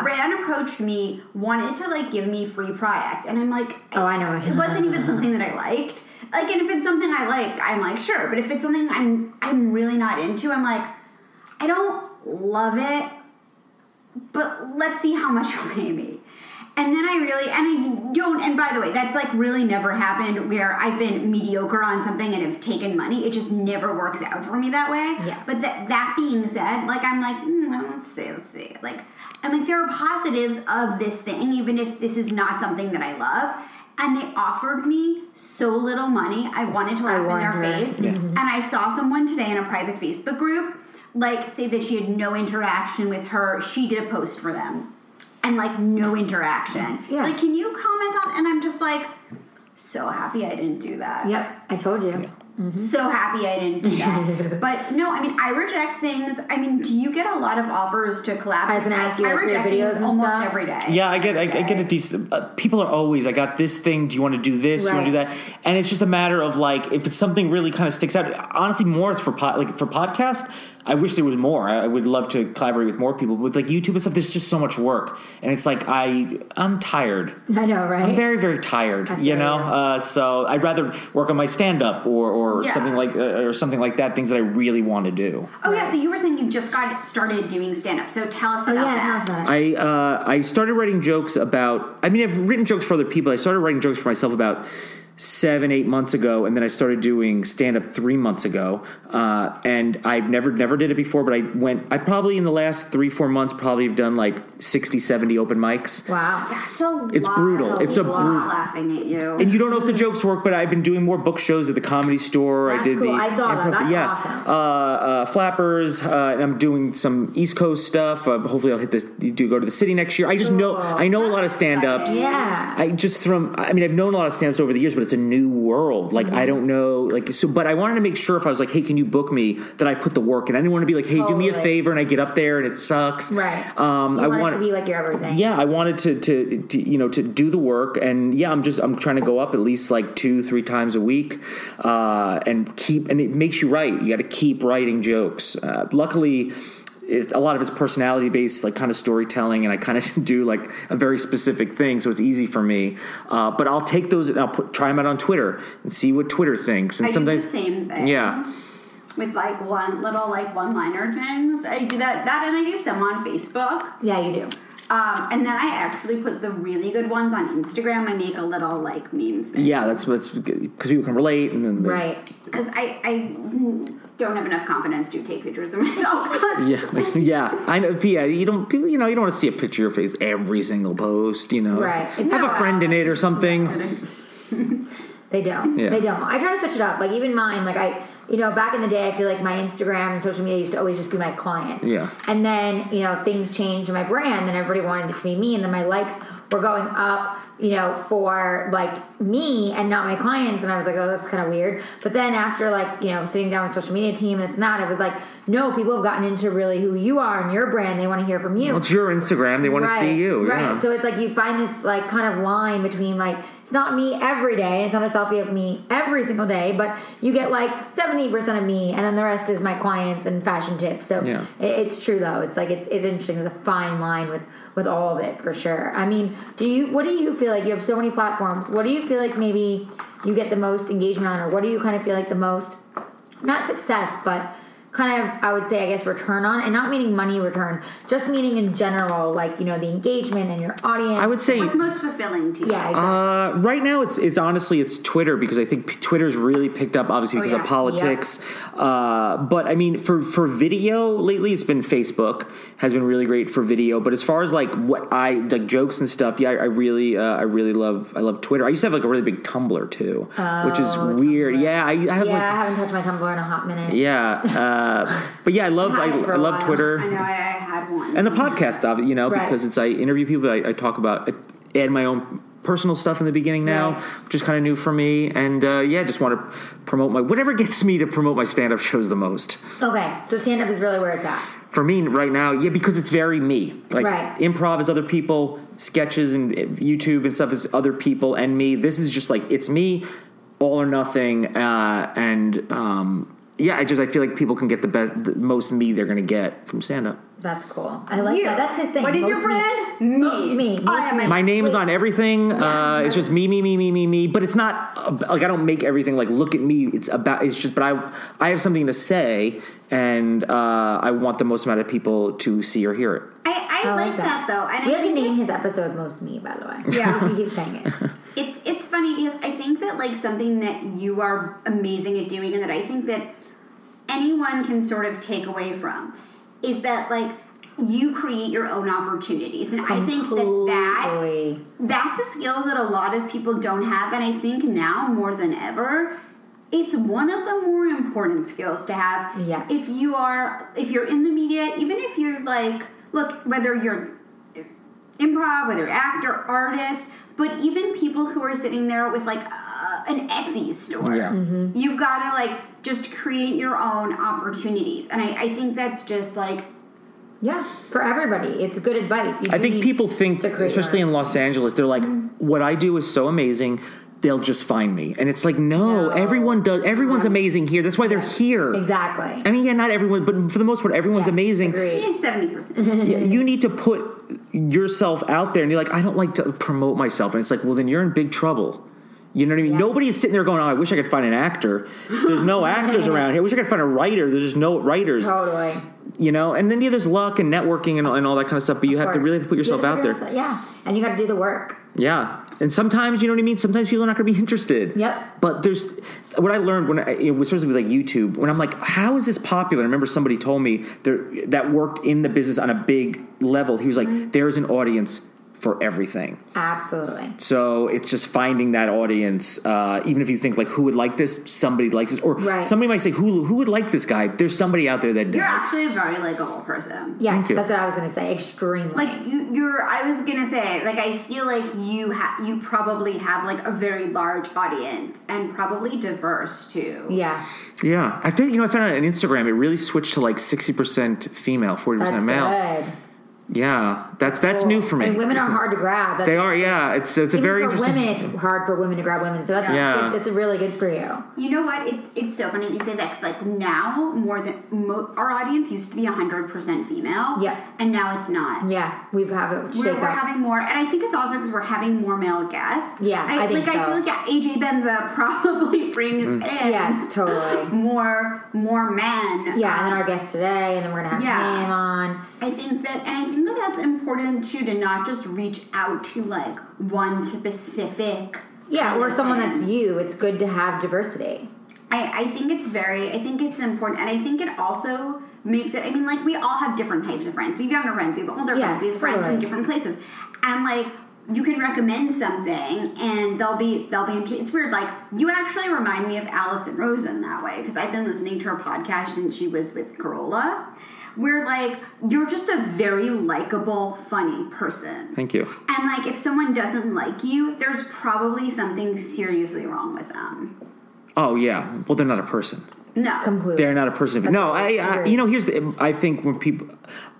[SPEAKER 1] A brand approached me, wanted to like give me free product, and I'm like,
[SPEAKER 2] Oh, I know.
[SPEAKER 1] It wasn't even something that I liked. Like, and if it's something I like, I'm like, sure. But if it's something I'm I'm really not into, I'm like, I don't love it, but let's see how much (laughs) you'll pay me. And then I really, and I don't, and by the way, that's like really never happened where I've been mediocre on something and have taken money. It just never works out for me that way.
[SPEAKER 2] Yeah.
[SPEAKER 1] But that that being said, like I'm like, mm, well, let's see, let's see. Like, I'm like, there are positives of this thing, even if this is not something that I love. And they offered me so little money, I wanted to laugh in their
[SPEAKER 2] warned her.
[SPEAKER 1] face. And I saw someone today in a private Facebook group, like, say that she had no interaction with her. She did a post for them, and like no interaction.
[SPEAKER 2] Yeah.
[SPEAKER 1] Like, can you comment on? And I'm just like, so happy I didn't do that.
[SPEAKER 2] Yep, I told you.
[SPEAKER 3] Mm-hmm.
[SPEAKER 1] So happy I didn't do
[SPEAKER 2] (laughs)
[SPEAKER 1] that. but no, I mean, I reject things. I mean, do you get a lot of offers to collab?
[SPEAKER 2] I was gonna ask you,
[SPEAKER 1] I
[SPEAKER 2] like, for your
[SPEAKER 1] reject
[SPEAKER 2] videos
[SPEAKER 1] things
[SPEAKER 2] and
[SPEAKER 1] almost
[SPEAKER 2] stuff?
[SPEAKER 1] every day.
[SPEAKER 3] Yeah, I get I, I get a decent. Uh, people are always. I got this thing. Do you want to do this? Do you want to do
[SPEAKER 2] Right.
[SPEAKER 3] that? And it's just a matter of like if it's something really kind of sticks out. Honestly, more is for pod, like for podcast. I wish there was more. I I would love to collaborate with more people. But with like YouTube and stuff, there's just so much work, and it's like I I'm tired.
[SPEAKER 2] I know, right?
[SPEAKER 3] I'm very very tired.
[SPEAKER 2] feel
[SPEAKER 3] You know,
[SPEAKER 2] you.
[SPEAKER 3] uh, so I'd rather work on my stand up or or
[SPEAKER 1] Yeah.
[SPEAKER 3] something like uh, or something like that. Things that I really want to do.
[SPEAKER 1] Oh yeah. So you were saying you just got started doing stand up. So tell us
[SPEAKER 2] oh,
[SPEAKER 1] about
[SPEAKER 2] yeah,
[SPEAKER 1] that.
[SPEAKER 2] tell us about it.
[SPEAKER 3] I uh, I started writing jokes about. I mean, I've written jokes for other people. I started writing jokes for myself about seven, eight months ago, and then I started doing stand up three months ago. Uh, and I've never never did it before, but I went. I probably in the last three, four months, probably have done like 60, 70 open mics.
[SPEAKER 2] wow.
[SPEAKER 1] That's a
[SPEAKER 3] It's
[SPEAKER 1] lot
[SPEAKER 3] brutal.
[SPEAKER 1] of
[SPEAKER 3] It's a
[SPEAKER 1] people
[SPEAKER 3] brutal-
[SPEAKER 1] not laughing at you.
[SPEAKER 3] And you don't know if the jokes work, but I've been doing more book shows at the comedy store. I
[SPEAKER 2] That's
[SPEAKER 3] did
[SPEAKER 2] cool.
[SPEAKER 3] the
[SPEAKER 2] I saw that.
[SPEAKER 3] improv-
[SPEAKER 2] That's
[SPEAKER 3] yeah.
[SPEAKER 2] awesome.
[SPEAKER 3] Uh, uh, flappers. Uh, and I'm doing some East Coast stuff. Uh, hopefully, I'll hit this. Do go to the city next year. I just know. I know a lot of stand ups.
[SPEAKER 2] Yeah.
[SPEAKER 3] I just from I mean I've known a lot of stand-ups over the years, but it's a new world. Like
[SPEAKER 2] Mm-hmm.
[SPEAKER 3] I don't know, like so. But I wanted to make sure if I was like, hey, can you book me? That I put the work in. I didn't want to be like, hey, do me a
[SPEAKER 2] Totally.
[SPEAKER 3] favor, and I get up there and it sucks.
[SPEAKER 2] Right.
[SPEAKER 3] Um,
[SPEAKER 2] you
[SPEAKER 3] I
[SPEAKER 2] want,
[SPEAKER 3] want.
[SPEAKER 2] it to be like your everything.
[SPEAKER 3] yeah, I wanted to, to to you know to do the work, and yeah, I'm just I'm trying to go up at least like two three times a week, uh, and keep and it makes you write. You got to keep writing jokes. Uh, luckily. It, a lot of it's personality based, like kind of storytelling, and I kind of (laughs) do like a very specific thing, so it's easy for me. Uh, but I'll take those and I'll put, try them out on Twitter and see what Twitter thinks. And
[SPEAKER 1] I do the
[SPEAKER 3] sometimes,
[SPEAKER 1] same thing.
[SPEAKER 3] yeah,
[SPEAKER 1] With like one little like one liner things. I do that that and I do some on Facebook.
[SPEAKER 2] Yeah, you do.
[SPEAKER 1] Um, and then I actually put the really good ones on Instagram. I make a little like meme thing
[SPEAKER 3] yeah, that's what's because people can relate, and then the-
[SPEAKER 2] Right.
[SPEAKER 1] because I I don't have enough confidence to take pictures of myself. (laughs)
[SPEAKER 3] Yeah, (laughs) yeah. I know. Yeah, you don't. People, you know, you don't want to see a picture of your face every single post. You know,
[SPEAKER 2] Right.
[SPEAKER 3] Have
[SPEAKER 1] No.
[SPEAKER 3] a friend in it or something.
[SPEAKER 2] They don't.
[SPEAKER 3] Yeah.
[SPEAKER 2] They don't. I try to switch it up. Like even mine. Like I, you know, back in the day, I feel like my Instagram and social media used to always just be my clients.
[SPEAKER 3] Yeah.
[SPEAKER 2] And then you know things changed in my brand, and everybody wanted it to be me, and then my likes were going up. You know, for like me and not my clients, and I was like, oh, that's kind of weird. But then after like you know sitting down with social media team, this and that, it was like, no, people have gotten into really who you are and your brand. They want to hear from you.
[SPEAKER 3] Well, it's your Instagram. They want
[SPEAKER 2] right,
[SPEAKER 3] to see you.
[SPEAKER 2] Right.
[SPEAKER 3] Yeah.
[SPEAKER 2] So it's like you find this like kind of line between like it's not me every day, and it's not a selfie of me every single day, but you get like seventy percent of me, and then the rest is my clients and fashion tips. So
[SPEAKER 3] Yeah.
[SPEAKER 2] it, it's true though. It's like it's, it's interesting the fine line with with all of it for sure. I mean, do you what do you feel like you have so many platforms? What do you feel like maybe you get the most engagement on, or what do you kind of feel like the most not success, but kind of I would say I guess return on, and not meaning money return, just meaning in general, like you know the engagement and your audience.
[SPEAKER 3] I would say.
[SPEAKER 1] What's most fulfilling to you?
[SPEAKER 2] yeah, exactly.
[SPEAKER 3] Uh, right now, it's it's honestly it's Twitter because I think p- Twitter's really picked up,
[SPEAKER 2] Oh,
[SPEAKER 3] obviously because
[SPEAKER 1] yeah.
[SPEAKER 3] of politics. Uh, but I mean, for for video lately, it's been Facebook has been really great for video. But as far as like what I like jokes and stuff, yeah, I, I really uh, I really love I love Twitter. I used to have like a really big Tumblr too, which is
[SPEAKER 2] Oh,
[SPEAKER 3] weird. Yeah, I, I have
[SPEAKER 2] yeah,
[SPEAKER 3] like
[SPEAKER 2] I haven't touched my Tumblr in a hot minute.
[SPEAKER 3] Yeah, uh, but yeah, I love I,
[SPEAKER 2] Had it for
[SPEAKER 3] I
[SPEAKER 2] a
[SPEAKER 3] love
[SPEAKER 2] while.
[SPEAKER 1] I
[SPEAKER 3] Twitter
[SPEAKER 1] know I, I had one.
[SPEAKER 3] and the podcast of it, you know,
[SPEAKER 2] Right.
[SPEAKER 3] because it's I interview people, I, I talk about, I add my own personal stuff in the beginning now,
[SPEAKER 2] Right.
[SPEAKER 3] which is kind of new for me, and uh, yeah, just want to promote my whatever gets me to promote my stand up shows the most.
[SPEAKER 2] Okay, so stand up is really where it's at.
[SPEAKER 3] For me right now, yeah, because it's very me. Like
[SPEAKER 2] Right.
[SPEAKER 3] improv is other people, sketches and YouTube and stuff is other people and me. This is just like it's me. all or nothing, uh, and um, yeah, I just I feel like people can get the best, the most me they're going to get from stand up.
[SPEAKER 2] That's cool. I like
[SPEAKER 1] You.
[SPEAKER 2] that. That's his thing.
[SPEAKER 1] What is your
[SPEAKER 2] Most
[SPEAKER 1] brand?
[SPEAKER 2] Me.
[SPEAKER 1] Me. Oh,
[SPEAKER 2] Most me.
[SPEAKER 1] I am
[SPEAKER 2] Most
[SPEAKER 1] a-
[SPEAKER 3] My name is
[SPEAKER 2] Wait.
[SPEAKER 3] on everything. uh, it's just me, me, me, me, me, me. But it's not uh, like I don't make everything like look at me. It's about it's just. But I I have something to say, and uh, I want the most amount of people to see or hear it.
[SPEAKER 1] I, I,
[SPEAKER 2] I
[SPEAKER 1] like that, though, and
[SPEAKER 2] we
[SPEAKER 1] I
[SPEAKER 2] have
[SPEAKER 1] think
[SPEAKER 2] to name his
[SPEAKER 1] it's-
[SPEAKER 2] episode "Most Me," by the way.
[SPEAKER 1] Yeah.
[SPEAKER 2] Because (laughs) he keeps saying it.
[SPEAKER 1] It's it's funny because I think that like something that you are amazing at doing and that I think that anyone can sort of take away from is that like you create your own opportunities and (laughs) I think that that
[SPEAKER 2] Completely.
[SPEAKER 1] that's a skill that a lot of people don't have and I think now more than ever it's one of the more important skills to have
[SPEAKER 2] Yes.
[SPEAKER 1] if you are if you're in the media even if you're like look whether you're improv, whether actor, artist, but even people who are sitting there with like uh, an Etsy store.
[SPEAKER 3] Yeah.
[SPEAKER 1] You've got to like just create your own opportunities. And I, I think that's just like,
[SPEAKER 2] Yeah, for everybody, it's good advice. You
[SPEAKER 3] I
[SPEAKER 2] do
[SPEAKER 3] think
[SPEAKER 2] need
[SPEAKER 3] people think,
[SPEAKER 2] to create
[SPEAKER 3] especially
[SPEAKER 2] your-
[SPEAKER 3] in Los Angeles, they're like,
[SPEAKER 2] Mm-hmm.
[SPEAKER 3] "What I do is so amazing." They'll just find me, and it's like,
[SPEAKER 2] No.
[SPEAKER 3] no, everyone does. Everyone's amazing here. That's why they're here.
[SPEAKER 2] exactly.
[SPEAKER 3] I mean, yeah, not everyone, but for the most part, everyone's
[SPEAKER 2] Yes,
[SPEAKER 3] amazing.
[SPEAKER 2] Agreed.
[SPEAKER 1] yeah, 70%.
[SPEAKER 3] Yeah,
[SPEAKER 2] Mm-hmm.
[SPEAKER 3] you need to put yourself out there, and you're like, I don't like to promote myself, and it's like, well, then you're in big trouble. You know what I mean?
[SPEAKER 2] Yeah.
[SPEAKER 3] Nobody's sitting there going, "Oh, I wish I could find an actor."
[SPEAKER 2] (laughs)
[SPEAKER 3] There's no actors around here. I wish I could find a writer. There's just no writers.
[SPEAKER 2] Totally.
[SPEAKER 3] You know, and then yeah, there's luck and networking and, and all that kind of stuff. But you have to
[SPEAKER 2] Work.
[SPEAKER 3] really have to put
[SPEAKER 2] You
[SPEAKER 3] yourself
[SPEAKER 2] gotta
[SPEAKER 3] out there.
[SPEAKER 2] yourself- Yeah, and you got to do the work.
[SPEAKER 3] Yeah, and sometimes you know what I mean. Sometimes people are not going to be interested.
[SPEAKER 2] Yep.
[SPEAKER 3] But there's what I learned when I, it was supposed to be like YouTube. When I'm like, how is this popular? I remember somebody told me there, that worked in the business on a big level. He was like,
[SPEAKER 2] Mm-hmm.
[SPEAKER 3] there's an audience for everything.
[SPEAKER 2] Absolutely.
[SPEAKER 3] So it's just finding that audience. Uh, even if you think like, who would like this? Somebody likes this, or
[SPEAKER 2] Right.
[SPEAKER 3] somebody might say, who who would like this guy? There's somebody out there that
[SPEAKER 1] You're
[SPEAKER 3] does.
[SPEAKER 1] actually a very likable person.
[SPEAKER 2] Yes,
[SPEAKER 3] you.
[SPEAKER 2] that's what I was going to say. Extremely.
[SPEAKER 1] Like you, you're. I was gonna say, like I feel like you have, you probably have like a very large audience and probably diverse too.
[SPEAKER 2] yeah,
[SPEAKER 3] Yeah, I think you know. I found out on Instagram, it really switched to like sixty percent female, forty
[SPEAKER 2] that's
[SPEAKER 3] percent male.
[SPEAKER 2] good.
[SPEAKER 3] Yeah, that's that's new for me.
[SPEAKER 2] And women are
[SPEAKER 3] It's-
[SPEAKER 2] hard to grab. That's
[SPEAKER 3] They are, yeah. It's it's a
[SPEAKER 2] Even
[SPEAKER 3] very
[SPEAKER 2] for
[SPEAKER 3] interesting.
[SPEAKER 2] women, it's hard for women to grab women. So that's
[SPEAKER 3] Yeah.
[SPEAKER 2] good. it's really good for you.
[SPEAKER 1] You know what? It's it's so funny you say that because like now more than mo- our audience used to be hundred percent female.
[SPEAKER 2] Yeah.
[SPEAKER 1] and now it's not.
[SPEAKER 2] Yeah, we've have it
[SPEAKER 1] We're,
[SPEAKER 2] shake
[SPEAKER 1] we're
[SPEAKER 2] up.
[SPEAKER 1] having more, and I think it's also because we're having more male guests.
[SPEAKER 2] Yeah, I think
[SPEAKER 1] like I
[SPEAKER 2] so.
[SPEAKER 1] feel like yeah, AJ Benza (laughs) probably brings in
[SPEAKER 2] yes, totally.
[SPEAKER 1] more more men.
[SPEAKER 2] Yeah, and then our guest today, and then we're gonna have
[SPEAKER 1] Yeah.
[SPEAKER 2] him on.
[SPEAKER 1] I think that, and I think that that's important too to not just reach out to like one specific.
[SPEAKER 2] Yeah, or
[SPEAKER 1] kind of
[SPEAKER 2] someone
[SPEAKER 1] thing.
[SPEAKER 2] that's you. It's good to have diversity.
[SPEAKER 1] I, I think it's very I think it's important and I think it also makes it I mean like we all have different types of friends. We have younger friends, we have older
[SPEAKER 2] Yes,
[SPEAKER 1] friends, we have friends
[SPEAKER 2] totally.
[SPEAKER 1] from different places. And like you can recommend something and they'll be they'll be into it's weird like you actually remind me of Allison Rosen that way because I've been listening to her podcast since she was with Corolla where like you're just a very likable funny person.
[SPEAKER 3] Thank you.
[SPEAKER 1] And like if someone doesn't like you, there's probably something seriously wrong with them.
[SPEAKER 3] Oh yeah. Well, they're not a person.
[SPEAKER 1] No.
[SPEAKER 2] Completely.
[SPEAKER 3] They're not a person. If, no, I,
[SPEAKER 2] That's
[SPEAKER 3] I.
[SPEAKER 2] weird.
[SPEAKER 3] You know, here's the. I think when people,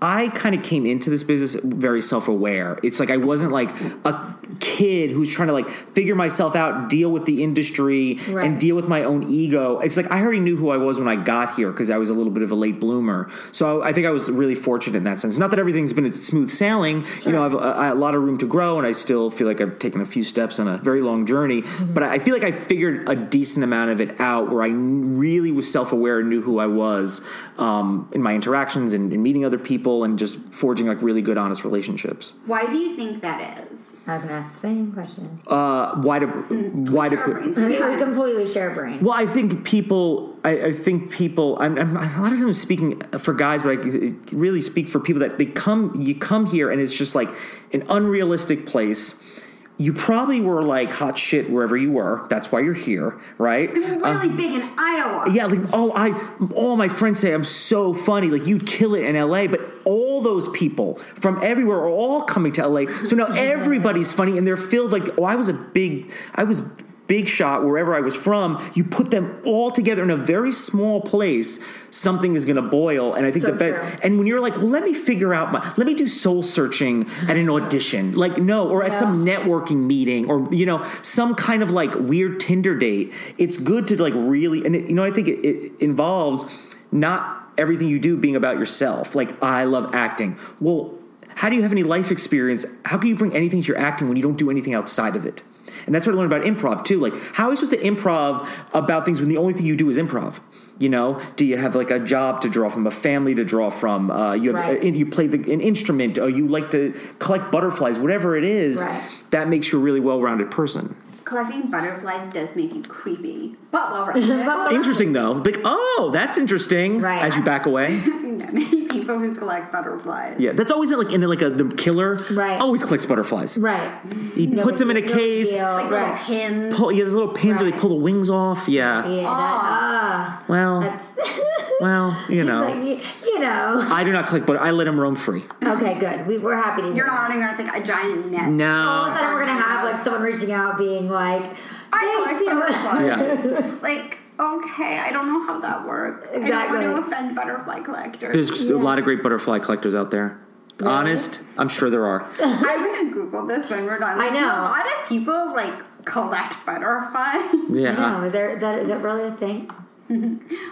[SPEAKER 3] I kind of came into this business very self aware. It's like I wasn't like a kid who's trying to like figure myself out, deal with the industry,
[SPEAKER 2] Right.
[SPEAKER 3] and deal with my own ego. It's like I already knew who I was when I got here because I was a little bit of a late bloomer. So I, I think I was really fortunate in that sense. Not that everything's been smooth sailing. You know, I've a, I, a lot of room to grow, and I still feel like I've taken a few steps on a very long journey. But I feel like I figured a decent amount of it out, where I kn- really was self aware and knew who I was um, in my interactions and, and meeting other people, and just forging like really good, honest relationships.
[SPEAKER 1] Why do you think that is?
[SPEAKER 2] I was gonna ask the same question.
[SPEAKER 3] Uh, why to why
[SPEAKER 1] Our
[SPEAKER 3] to
[SPEAKER 1] brains
[SPEAKER 2] we, we
[SPEAKER 1] sometimes.
[SPEAKER 2] (laughs) completely share brain.
[SPEAKER 3] Well, I think people. I, I think people. I'm, I'm a lot of times speaking for guys, but I can really speak for people that they come. You come here, and it's just like an unrealistic place. You probably were like hot shit wherever you were. That's why you're here, right?
[SPEAKER 1] really big in Iowa.
[SPEAKER 3] Um, Yeah, like oh, I all my friends say I'm so funny. Like you'd kill it in L.A., but all those people from everywhere
[SPEAKER 2] (laughs)
[SPEAKER 3] are all coming to L.A. So now everybody's funny, and they're filled like oh, I was a big, I was Big Shot, wherever I was from, you put them all together in a very small place, something is going to boil. And I think
[SPEAKER 2] So
[SPEAKER 3] the
[SPEAKER 2] true.
[SPEAKER 3] best, and when you're like, well, let me figure out my, let me do soul searching at an audition, like no, or at
[SPEAKER 2] Yeah.
[SPEAKER 3] some networking meeting, or you know, some kind of like weird Tinder date. It's good to like really, and it, you know, I think it, it involves not everything you do being about yourself. Like I love acting. Well, how do you have any life experience? How can you bring anything to your acting when you don't do anything outside of it? And that's what I learned about improv too. Like, how are you supposed to improv about things when the only thing you do is improv? You know, do you have like a job to draw from, a family to draw from? Uh, you have
[SPEAKER 2] Right.
[SPEAKER 3] uh, you play the, an instrument, or you like to collect butterflies, whatever it is.
[SPEAKER 2] Right. Oh,
[SPEAKER 3] That makes you a really well-rounded person.
[SPEAKER 1] Collecting butterflies does make you creepy, but
[SPEAKER 2] (laughs)
[SPEAKER 1] well rounded.
[SPEAKER 2] But-
[SPEAKER 3] Interesting though, like oh, that's interesting.
[SPEAKER 2] Right.
[SPEAKER 3] As you
[SPEAKER 2] (laughs)
[SPEAKER 3] back away,
[SPEAKER 1] many people who collect butterflies.
[SPEAKER 3] yeah, that's always like in like a the killer.
[SPEAKER 2] Right.
[SPEAKER 3] Always collects butterflies.
[SPEAKER 2] right.
[SPEAKER 3] He
[SPEAKER 2] No
[SPEAKER 3] puts them in a
[SPEAKER 2] big deal, no big
[SPEAKER 3] case.
[SPEAKER 2] deal,
[SPEAKER 1] Like little
[SPEAKER 2] right.
[SPEAKER 1] pins.
[SPEAKER 3] Pull, yeah, there's little pins where they
[SPEAKER 2] Right.
[SPEAKER 3] pull the wings off. Yeah.
[SPEAKER 2] Yeah, that,
[SPEAKER 3] Well,
[SPEAKER 2] uh, that's. (laughs)
[SPEAKER 3] well, you know,
[SPEAKER 2] like, you- you know.
[SPEAKER 3] I do not collect, but I let them roam free.
[SPEAKER 2] Okay, good. We, we're happy to. hear
[SPEAKER 1] You're
[SPEAKER 2] that.
[SPEAKER 1] not running around with like a giant net.
[SPEAKER 2] All of a
[SPEAKER 3] No.
[SPEAKER 2] sudden, we're gonna have like someone reaching out, being like,
[SPEAKER 1] I
[SPEAKER 2] "Thanks,
[SPEAKER 1] collect
[SPEAKER 2] you know,
[SPEAKER 1] butterflies.
[SPEAKER 3] Yeah.
[SPEAKER 1] Like, okay, I don't know how that works. I
[SPEAKER 2] Exactly.
[SPEAKER 1] don't want to offend butterfly collectors.
[SPEAKER 3] There's just a lot of great butterfly collectors out there. Honest, I'm sure
[SPEAKER 2] (laughs)
[SPEAKER 3] there are.
[SPEAKER 1] I'm gonna Google this when we're done.
[SPEAKER 2] I
[SPEAKER 1] Like, A
[SPEAKER 2] know.
[SPEAKER 1] lot of people like collect butterflies.
[SPEAKER 3] Yeah.
[SPEAKER 2] No, is there is that is that really a thing?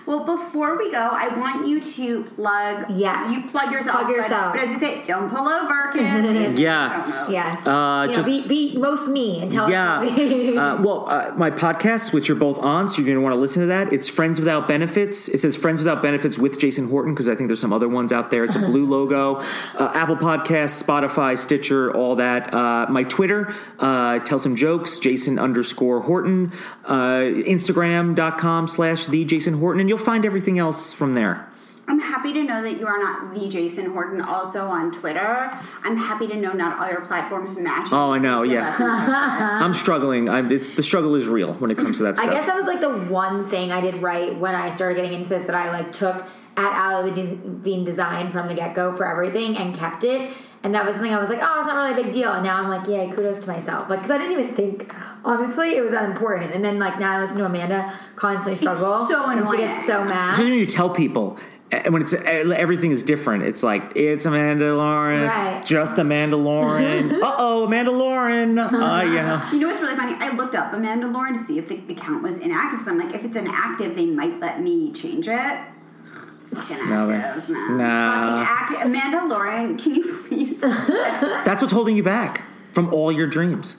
[SPEAKER 1] well, before we go, I want you to plug.
[SPEAKER 2] Yes.
[SPEAKER 1] You plug yourself.
[SPEAKER 2] Plug
[SPEAKER 1] but-
[SPEAKER 2] yourself.
[SPEAKER 1] But, as you say, don't pull over,
[SPEAKER 2] (laughs)
[SPEAKER 1] kids.
[SPEAKER 3] Yeah.
[SPEAKER 1] I don't know.
[SPEAKER 2] Yes.
[SPEAKER 3] Uh,
[SPEAKER 2] You know,
[SPEAKER 3] just-
[SPEAKER 2] be, be most me and tell
[SPEAKER 3] Yeah.
[SPEAKER 2] everybody. (laughs)
[SPEAKER 3] uh, well, uh, my podcast, which you're both on, so you're going to want to listen to that. It's Friends Without Benefits. It says Friends Without Benefits with Jason Horton because I think there's some other ones out there. It's a
[SPEAKER 2] (laughs)
[SPEAKER 3] blue logo. Uh, Apple Podcasts, Spotify, Stitcher, all that. Uh, my Twitter, uh, tell some jokes, Jason underscore Horton. Uh, Instagram.com slash the Jason Horton, and you'll find everything else from there.
[SPEAKER 1] I'm happy to know that you are not the Jason Horton, also on Twitter. I'm happy to know not all your platforms match.
[SPEAKER 3] Oh, I know.
[SPEAKER 1] That's
[SPEAKER 2] (laughs)
[SPEAKER 3] Yeah,
[SPEAKER 1] impressive.
[SPEAKER 3] I'm struggling. I'm, it's the struggle is real when it comes to that
[SPEAKER 2] Uh-huh. I
[SPEAKER 3] stuff.
[SPEAKER 2] guess that was like the one thing I did right when I started getting into this that I like took at Ally Bean Design from the get go for everything and kept it. And that was something I was like, oh, it's not really a big deal. And now I'm like, yay, kudos to myself. Like, because I didn't even think, honestly, it was that important. And then, like, now I listen to Amanda constantly struggle.
[SPEAKER 1] so
[SPEAKER 2] and she gets so
[SPEAKER 1] annoying.
[SPEAKER 2] mad.
[SPEAKER 3] Especially when you tell people and when it's everything is different it's like it's amanda lauren
[SPEAKER 2] Right.
[SPEAKER 3] just amanda lauren uh-oh amanda lauren uh yeah
[SPEAKER 1] You know what's really funny? I looked up Amanda Lauren to see if the account was inactive. So I'm like, if it's inactive, they might let me change it. Fucking
[SPEAKER 3] No,
[SPEAKER 1] active,
[SPEAKER 3] they-
[SPEAKER 1] man.
[SPEAKER 3] nah.
[SPEAKER 1] Fucking active. Amanda Lauren, can you
[SPEAKER 2] (laughs)
[SPEAKER 1] please? that
[SPEAKER 3] that's what's holding you back from all your dreams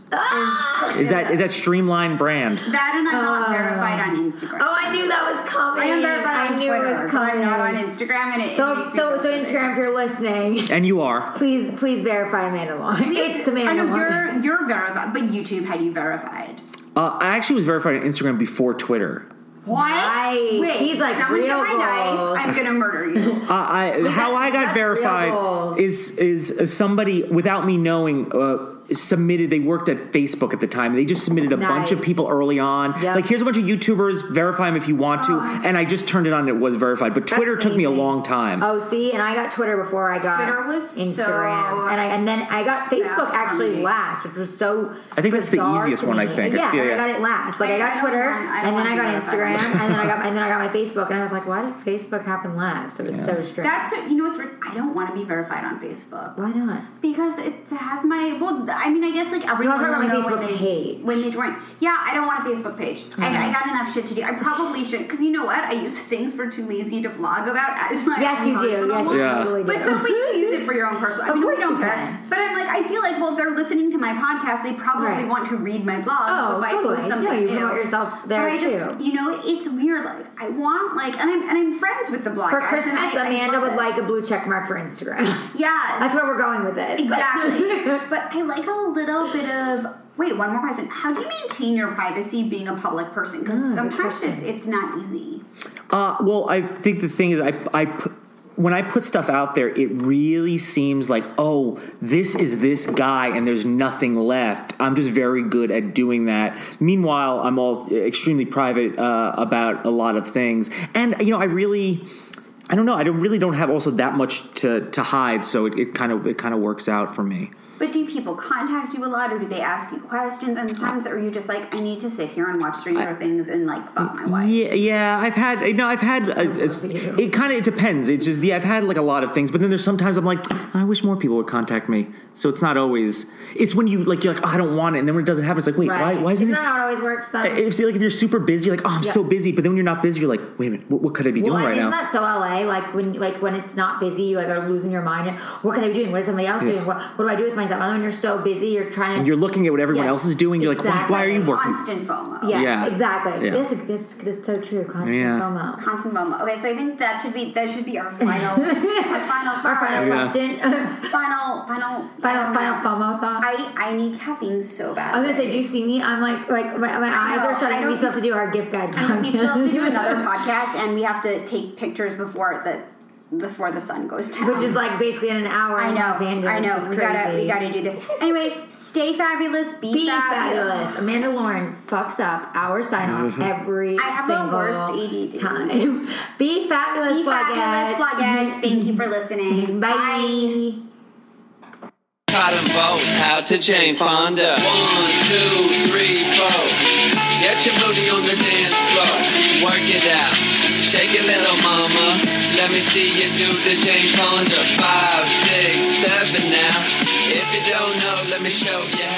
[SPEAKER 3] is that is that streamlined brand
[SPEAKER 1] and I'm not verified on Instagram.
[SPEAKER 2] Uh. Oh, I knew that was coming.
[SPEAKER 1] I am verified on
[SPEAKER 2] I knew
[SPEAKER 1] Twitter,
[SPEAKER 2] it was
[SPEAKER 1] but
[SPEAKER 2] coming.
[SPEAKER 1] I'm not on Instagram, and it it
[SPEAKER 2] So,
[SPEAKER 1] makes me
[SPEAKER 2] so,
[SPEAKER 1] feel
[SPEAKER 2] so,
[SPEAKER 1] silly.
[SPEAKER 2] Instagram, if you're listening, (laughs)
[SPEAKER 3] and you are
[SPEAKER 2] please, please verify Amanda Lauren. It's Amanda
[SPEAKER 1] I know
[SPEAKER 2] Lauren.
[SPEAKER 1] you're you're verified, but YouTube had you verified.
[SPEAKER 3] uh, i actually was verified on instagram before twitter
[SPEAKER 1] What?
[SPEAKER 2] Right.
[SPEAKER 1] Wait,
[SPEAKER 2] He's like,
[SPEAKER 1] someone get my
[SPEAKER 2] real goals.
[SPEAKER 1] knife. I'm gonna murder you.
[SPEAKER 2] (laughs)
[SPEAKER 3] uh, I, how I got
[SPEAKER 2] that's real
[SPEAKER 3] verified
[SPEAKER 2] goals.
[SPEAKER 3] is is uh, somebody without me knowing uh, submitted. They worked at Facebook at the time. They just submitted a bunch of
[SPEAKER 2] Nice.
[SPEAKER 3] people early on.
[SPEAKER 2] Yep.
[SPEAKER 3] Like here's a bunch of YouTubers. Verify them if you want to. And I just turned it on. and It was verified. But Twitter took me a
[SPEAKER 2] amazing.
[SPEAKER 3] long time.
[SPEAKER 2] Oh, see, and I got Twitter before I got
[SPEAKER 1] Twitter was so-
[SPEAKER 2] Instagram, and I and then I got Facebook
[SPEAKER 1] That's
[SPEAKER 2] actually
[SPEAKER 1] funny.
[SPEAKER 2] last, which was so.
[SPEAKER 3] I think that's the
[SPEAKER 2] bizarre
[SPEAKER 3] easiest
[SPEAKER 2] to
[SPEAKER 3] one, I
[SPEAKER 2] me.
[SPEAKER 3] think.
[SPEAKER 2] Yeah,
[SPEAKER 3] Yeah, yeah.
[SPEAKER 2] I got it last. Like I,
[SPEAKER 1] I- I
[SPEAKER 2] got
[SPEAKER 1] don't
[SPEAKER 2] Twitter,
[SPEAKER 1] want- I don't
[SPEAKER 2] and then
[SPEAKER 1] want
[SPEAKER 2] I got
[SPEAKER 1] to be
[SPEAKER 2] Instagram,
[SPEAKER 1] verified.
[SPEAKER 2] and then I got and then I got my
[SPEAKER 1] (laughs)
[SPEAKER 2] Facebook, and I was like, why did Facebook happen last? It was so strange.
[SPEAKER 1] That's what, you know what's. weird? I don't want to be verified on Facebook.
[SPEAKER 2] why not?
[SPEAKER 1] Because it has my well, I mean, I guess like everyone
[SPEAKER 2] talking
[SPEAKER 1] will
[SPEAKER 2] about my
[SPEAKER 1] know when
[SPEAKER 2] Facebook
[SPEAKER 1] they
[SPEAKER 2] page. Mm-hmm.
[SPEAKER 1] when they join. Yeah, I don't want a Facebook page. I, I got enough shit to do. I probably should because you know what? I use things we're too lazy to blog about as my
[SPEAKER 2] Yes,
[SPEAKER 1] own
[SPEAKER 2] you do.
[SPEAKER 1] personal
[SPEAKER 2] Yes, you
[SPEAKER 1] one.
[SPEAKER 3] Yeah.
[SPEAKER 2] totally do.
[SPEAKER 1] But so but you use it for your own personal. I
[SPEAKER 2] Of
[SPEAKER 1] mean, we
[SPEAKER 2] course
[SPEAKER 1] don't
[SPEAKER 2] you
[SPEAKER 1] care.
[SPEAKER 2] can.
[SPEAKER 1] But I'm like, I feel like well, if they're listening to my podcast, they probably
[SPEAKER 2] Right.
[SPEAKER 1] want to read my blog.
[SPEAKER 2] Oh,
[SPEAKER 1] so if I
[SPEAKER 2] totally.
[SPEAKER 1] post
[SPEAKER 2] Yeah,
[SPEAKER 1] something
[SPEAKER 2] you
[SPEAKER 1] new-
[SPEAKER 2] promote yourself there,
[SPEAKER 1] but I Just,
[SPEAKER 2] too.
[SPEAKER 1] you know, it's weird. Like I want like, and I'm and I'm friends with the blog
[SPEAKER 2] (laughs) for
[SPEAKER 1] guys,
[SPEAKER 2] Christmas,
[SPEAKER 1] and I- I
[SPEAKER 2] Amanda
[SPEAKER 1] love
[SPEAKER 2] would
[SPEAKER 1] it.
[SPEAKER 2] like a blue check mark for Instagram. (laughs)
[SPEAKER 1] Yes,
[SPEAKER 2] That's where we're going with it. (laughs)
[SPEAKER 1] Exactly. but I like a little bit of. Wait, one more question. How do you maintain your privacy being a public person? Because
[SPEAKER 2] Mm,
[SPEAKER 1] sometimes it's, it's not easy.
[SPEAKER 3] Uh, well, I think the thing is, I, I pu- when I put stuff out there, it really seems like, oh, this is this guy, and there's nothing left. I'm just very good at doing that. Meanwhile, I'm all extremely private uh, about a lot of things, and you know, I really. I don't know. I don't, really don't have also that much to, to hide, so it, it kind of it kind of works out for me.
[SPEAKER 1] But do people contact you a lot, or do they ask you questions? And times, or are you just like, I need to sit here and watch Stranger Things and like fuck my wife?
[SPEAKER 3] Yeah, yeah, I've had you know, I've had a, it's- it. Kind of it depends. It's just yeah, I've had like a lot of things, but then there's sometimes I'm like, I wish more people would contact me. So it's not always. It's when you like you're like, oh, I don't want it, and then when it doesn't happen, it's like, wait, why? Why isn't
[SPEAKER 2] Isn't
[SPEAKER 3] it?
[SPEAKER 2] that how it always works? Though?
[SPEAKER 3] (laughs) If like if you're super busy, you're like, oh, I'm
[SPEAKER 2] Yeah.
[SPEAKER 3] so busy, but then when you're not busy, you're like, wait a minute, what, what could I be
[SPEAKER 2] well,
[SPEAKER 3] doing
[SPEAKER 2] and
[SPEAKER 3] right now?
[SPEAKER 2] isn't that so LA? Like when like when it's not busy, you like are losing your mind. And what can I be doing? What is somebody else doing? What, what do I do with myself? And when you're so busy, you're trying to.
[SPEAKER 3] you're looking at what everyone
[SPEAKER 2] Yes,
[SPEAKER 3] else is doing. You're like,
[SPEAKER 2] exactly.
[SPEAKER 3] why, why are you working?
[SPEAKER 1] Constant FOMO.
[SPEAKER 2] (laughs) yes,
[SPEAKER 3] yeah.
[SPEAKER 2] exactly.
[SPEAKER 3] Yeah.
[SPEAKER 2] That's, that's, that's so true. Constant
[SPEAKER 3] Yeah.
[SPEAKER 2] FOMO.
[SPEAKER 1] Constant FOMO. Okay, so I think that should be that should be our final our final
[SPEAKER 2] (laughs) Our final
[SPEAKER 1] thought.
[SPEAKER 3] Yeah.
[SPEAKER 2] question. (laughs)
[SPEAKER 1] final final
[SPEAKER 2] final final FOMO thought.
[SPEAKER 1] I I need caffeine so bad.
[SPEAKER 2] I was gonna say, do you see me? I'm like, like my, my eyes
[SPEAKER 1] know,
[SPEAKER 2] are
[SPEAKER 1] I
[SPEAKER 2] shutting.
[SPEAKER 1] don't-
[SPEAKER 2] We still have to do our gift guide.
[SPEAKER 1] And we still have
[SPEAKER 2] (laughs)
[SPEAKER 1] to do
[SPEAKER 2] podcast.
[SPEAKER 1] another podcast, and we have to take pictures before the before the sun goes down.
[SPEAKER 2] which is like basically in an hour.
[SPEAKER 1] I
[SPEAKER 2] in Los
[SPEAKER 1] know,
[SPEAKER 2] Angeles,
[SPEAKER 1] I know.
[SPEAKER 2] which is
[SPEAKER 1] We gotta
[SPEAKER 2] crazy.
[SPEAKER 1] we gotta do this anyway. Stay fabulous. Be,
[SPEAKER 2] be fabulous. Amanda Lauren fucks up our sign off every
[SPEAKER 1] I have the
[SPEAKER 2] single
[SPEAKER 1] worst ADD.
[SPEAKER 2] time. (laughs) be fabulous.
[SPEAKER 1] Be fabulous,
[SPEAKER 2] plugins.
[SPEAKER 1] plugins. Thank you for listening.
[SPEAKER 2] (laughs) Bye.
[SPEAKER 4] Caught 'em both, how to Jane Fonda. One, two, three, four. Get your booty on the dance floor. Work it out. Shake it, little mama. Let me see you do the Jane Fonda. Five, six, seven now. If you don't know, let me show you how.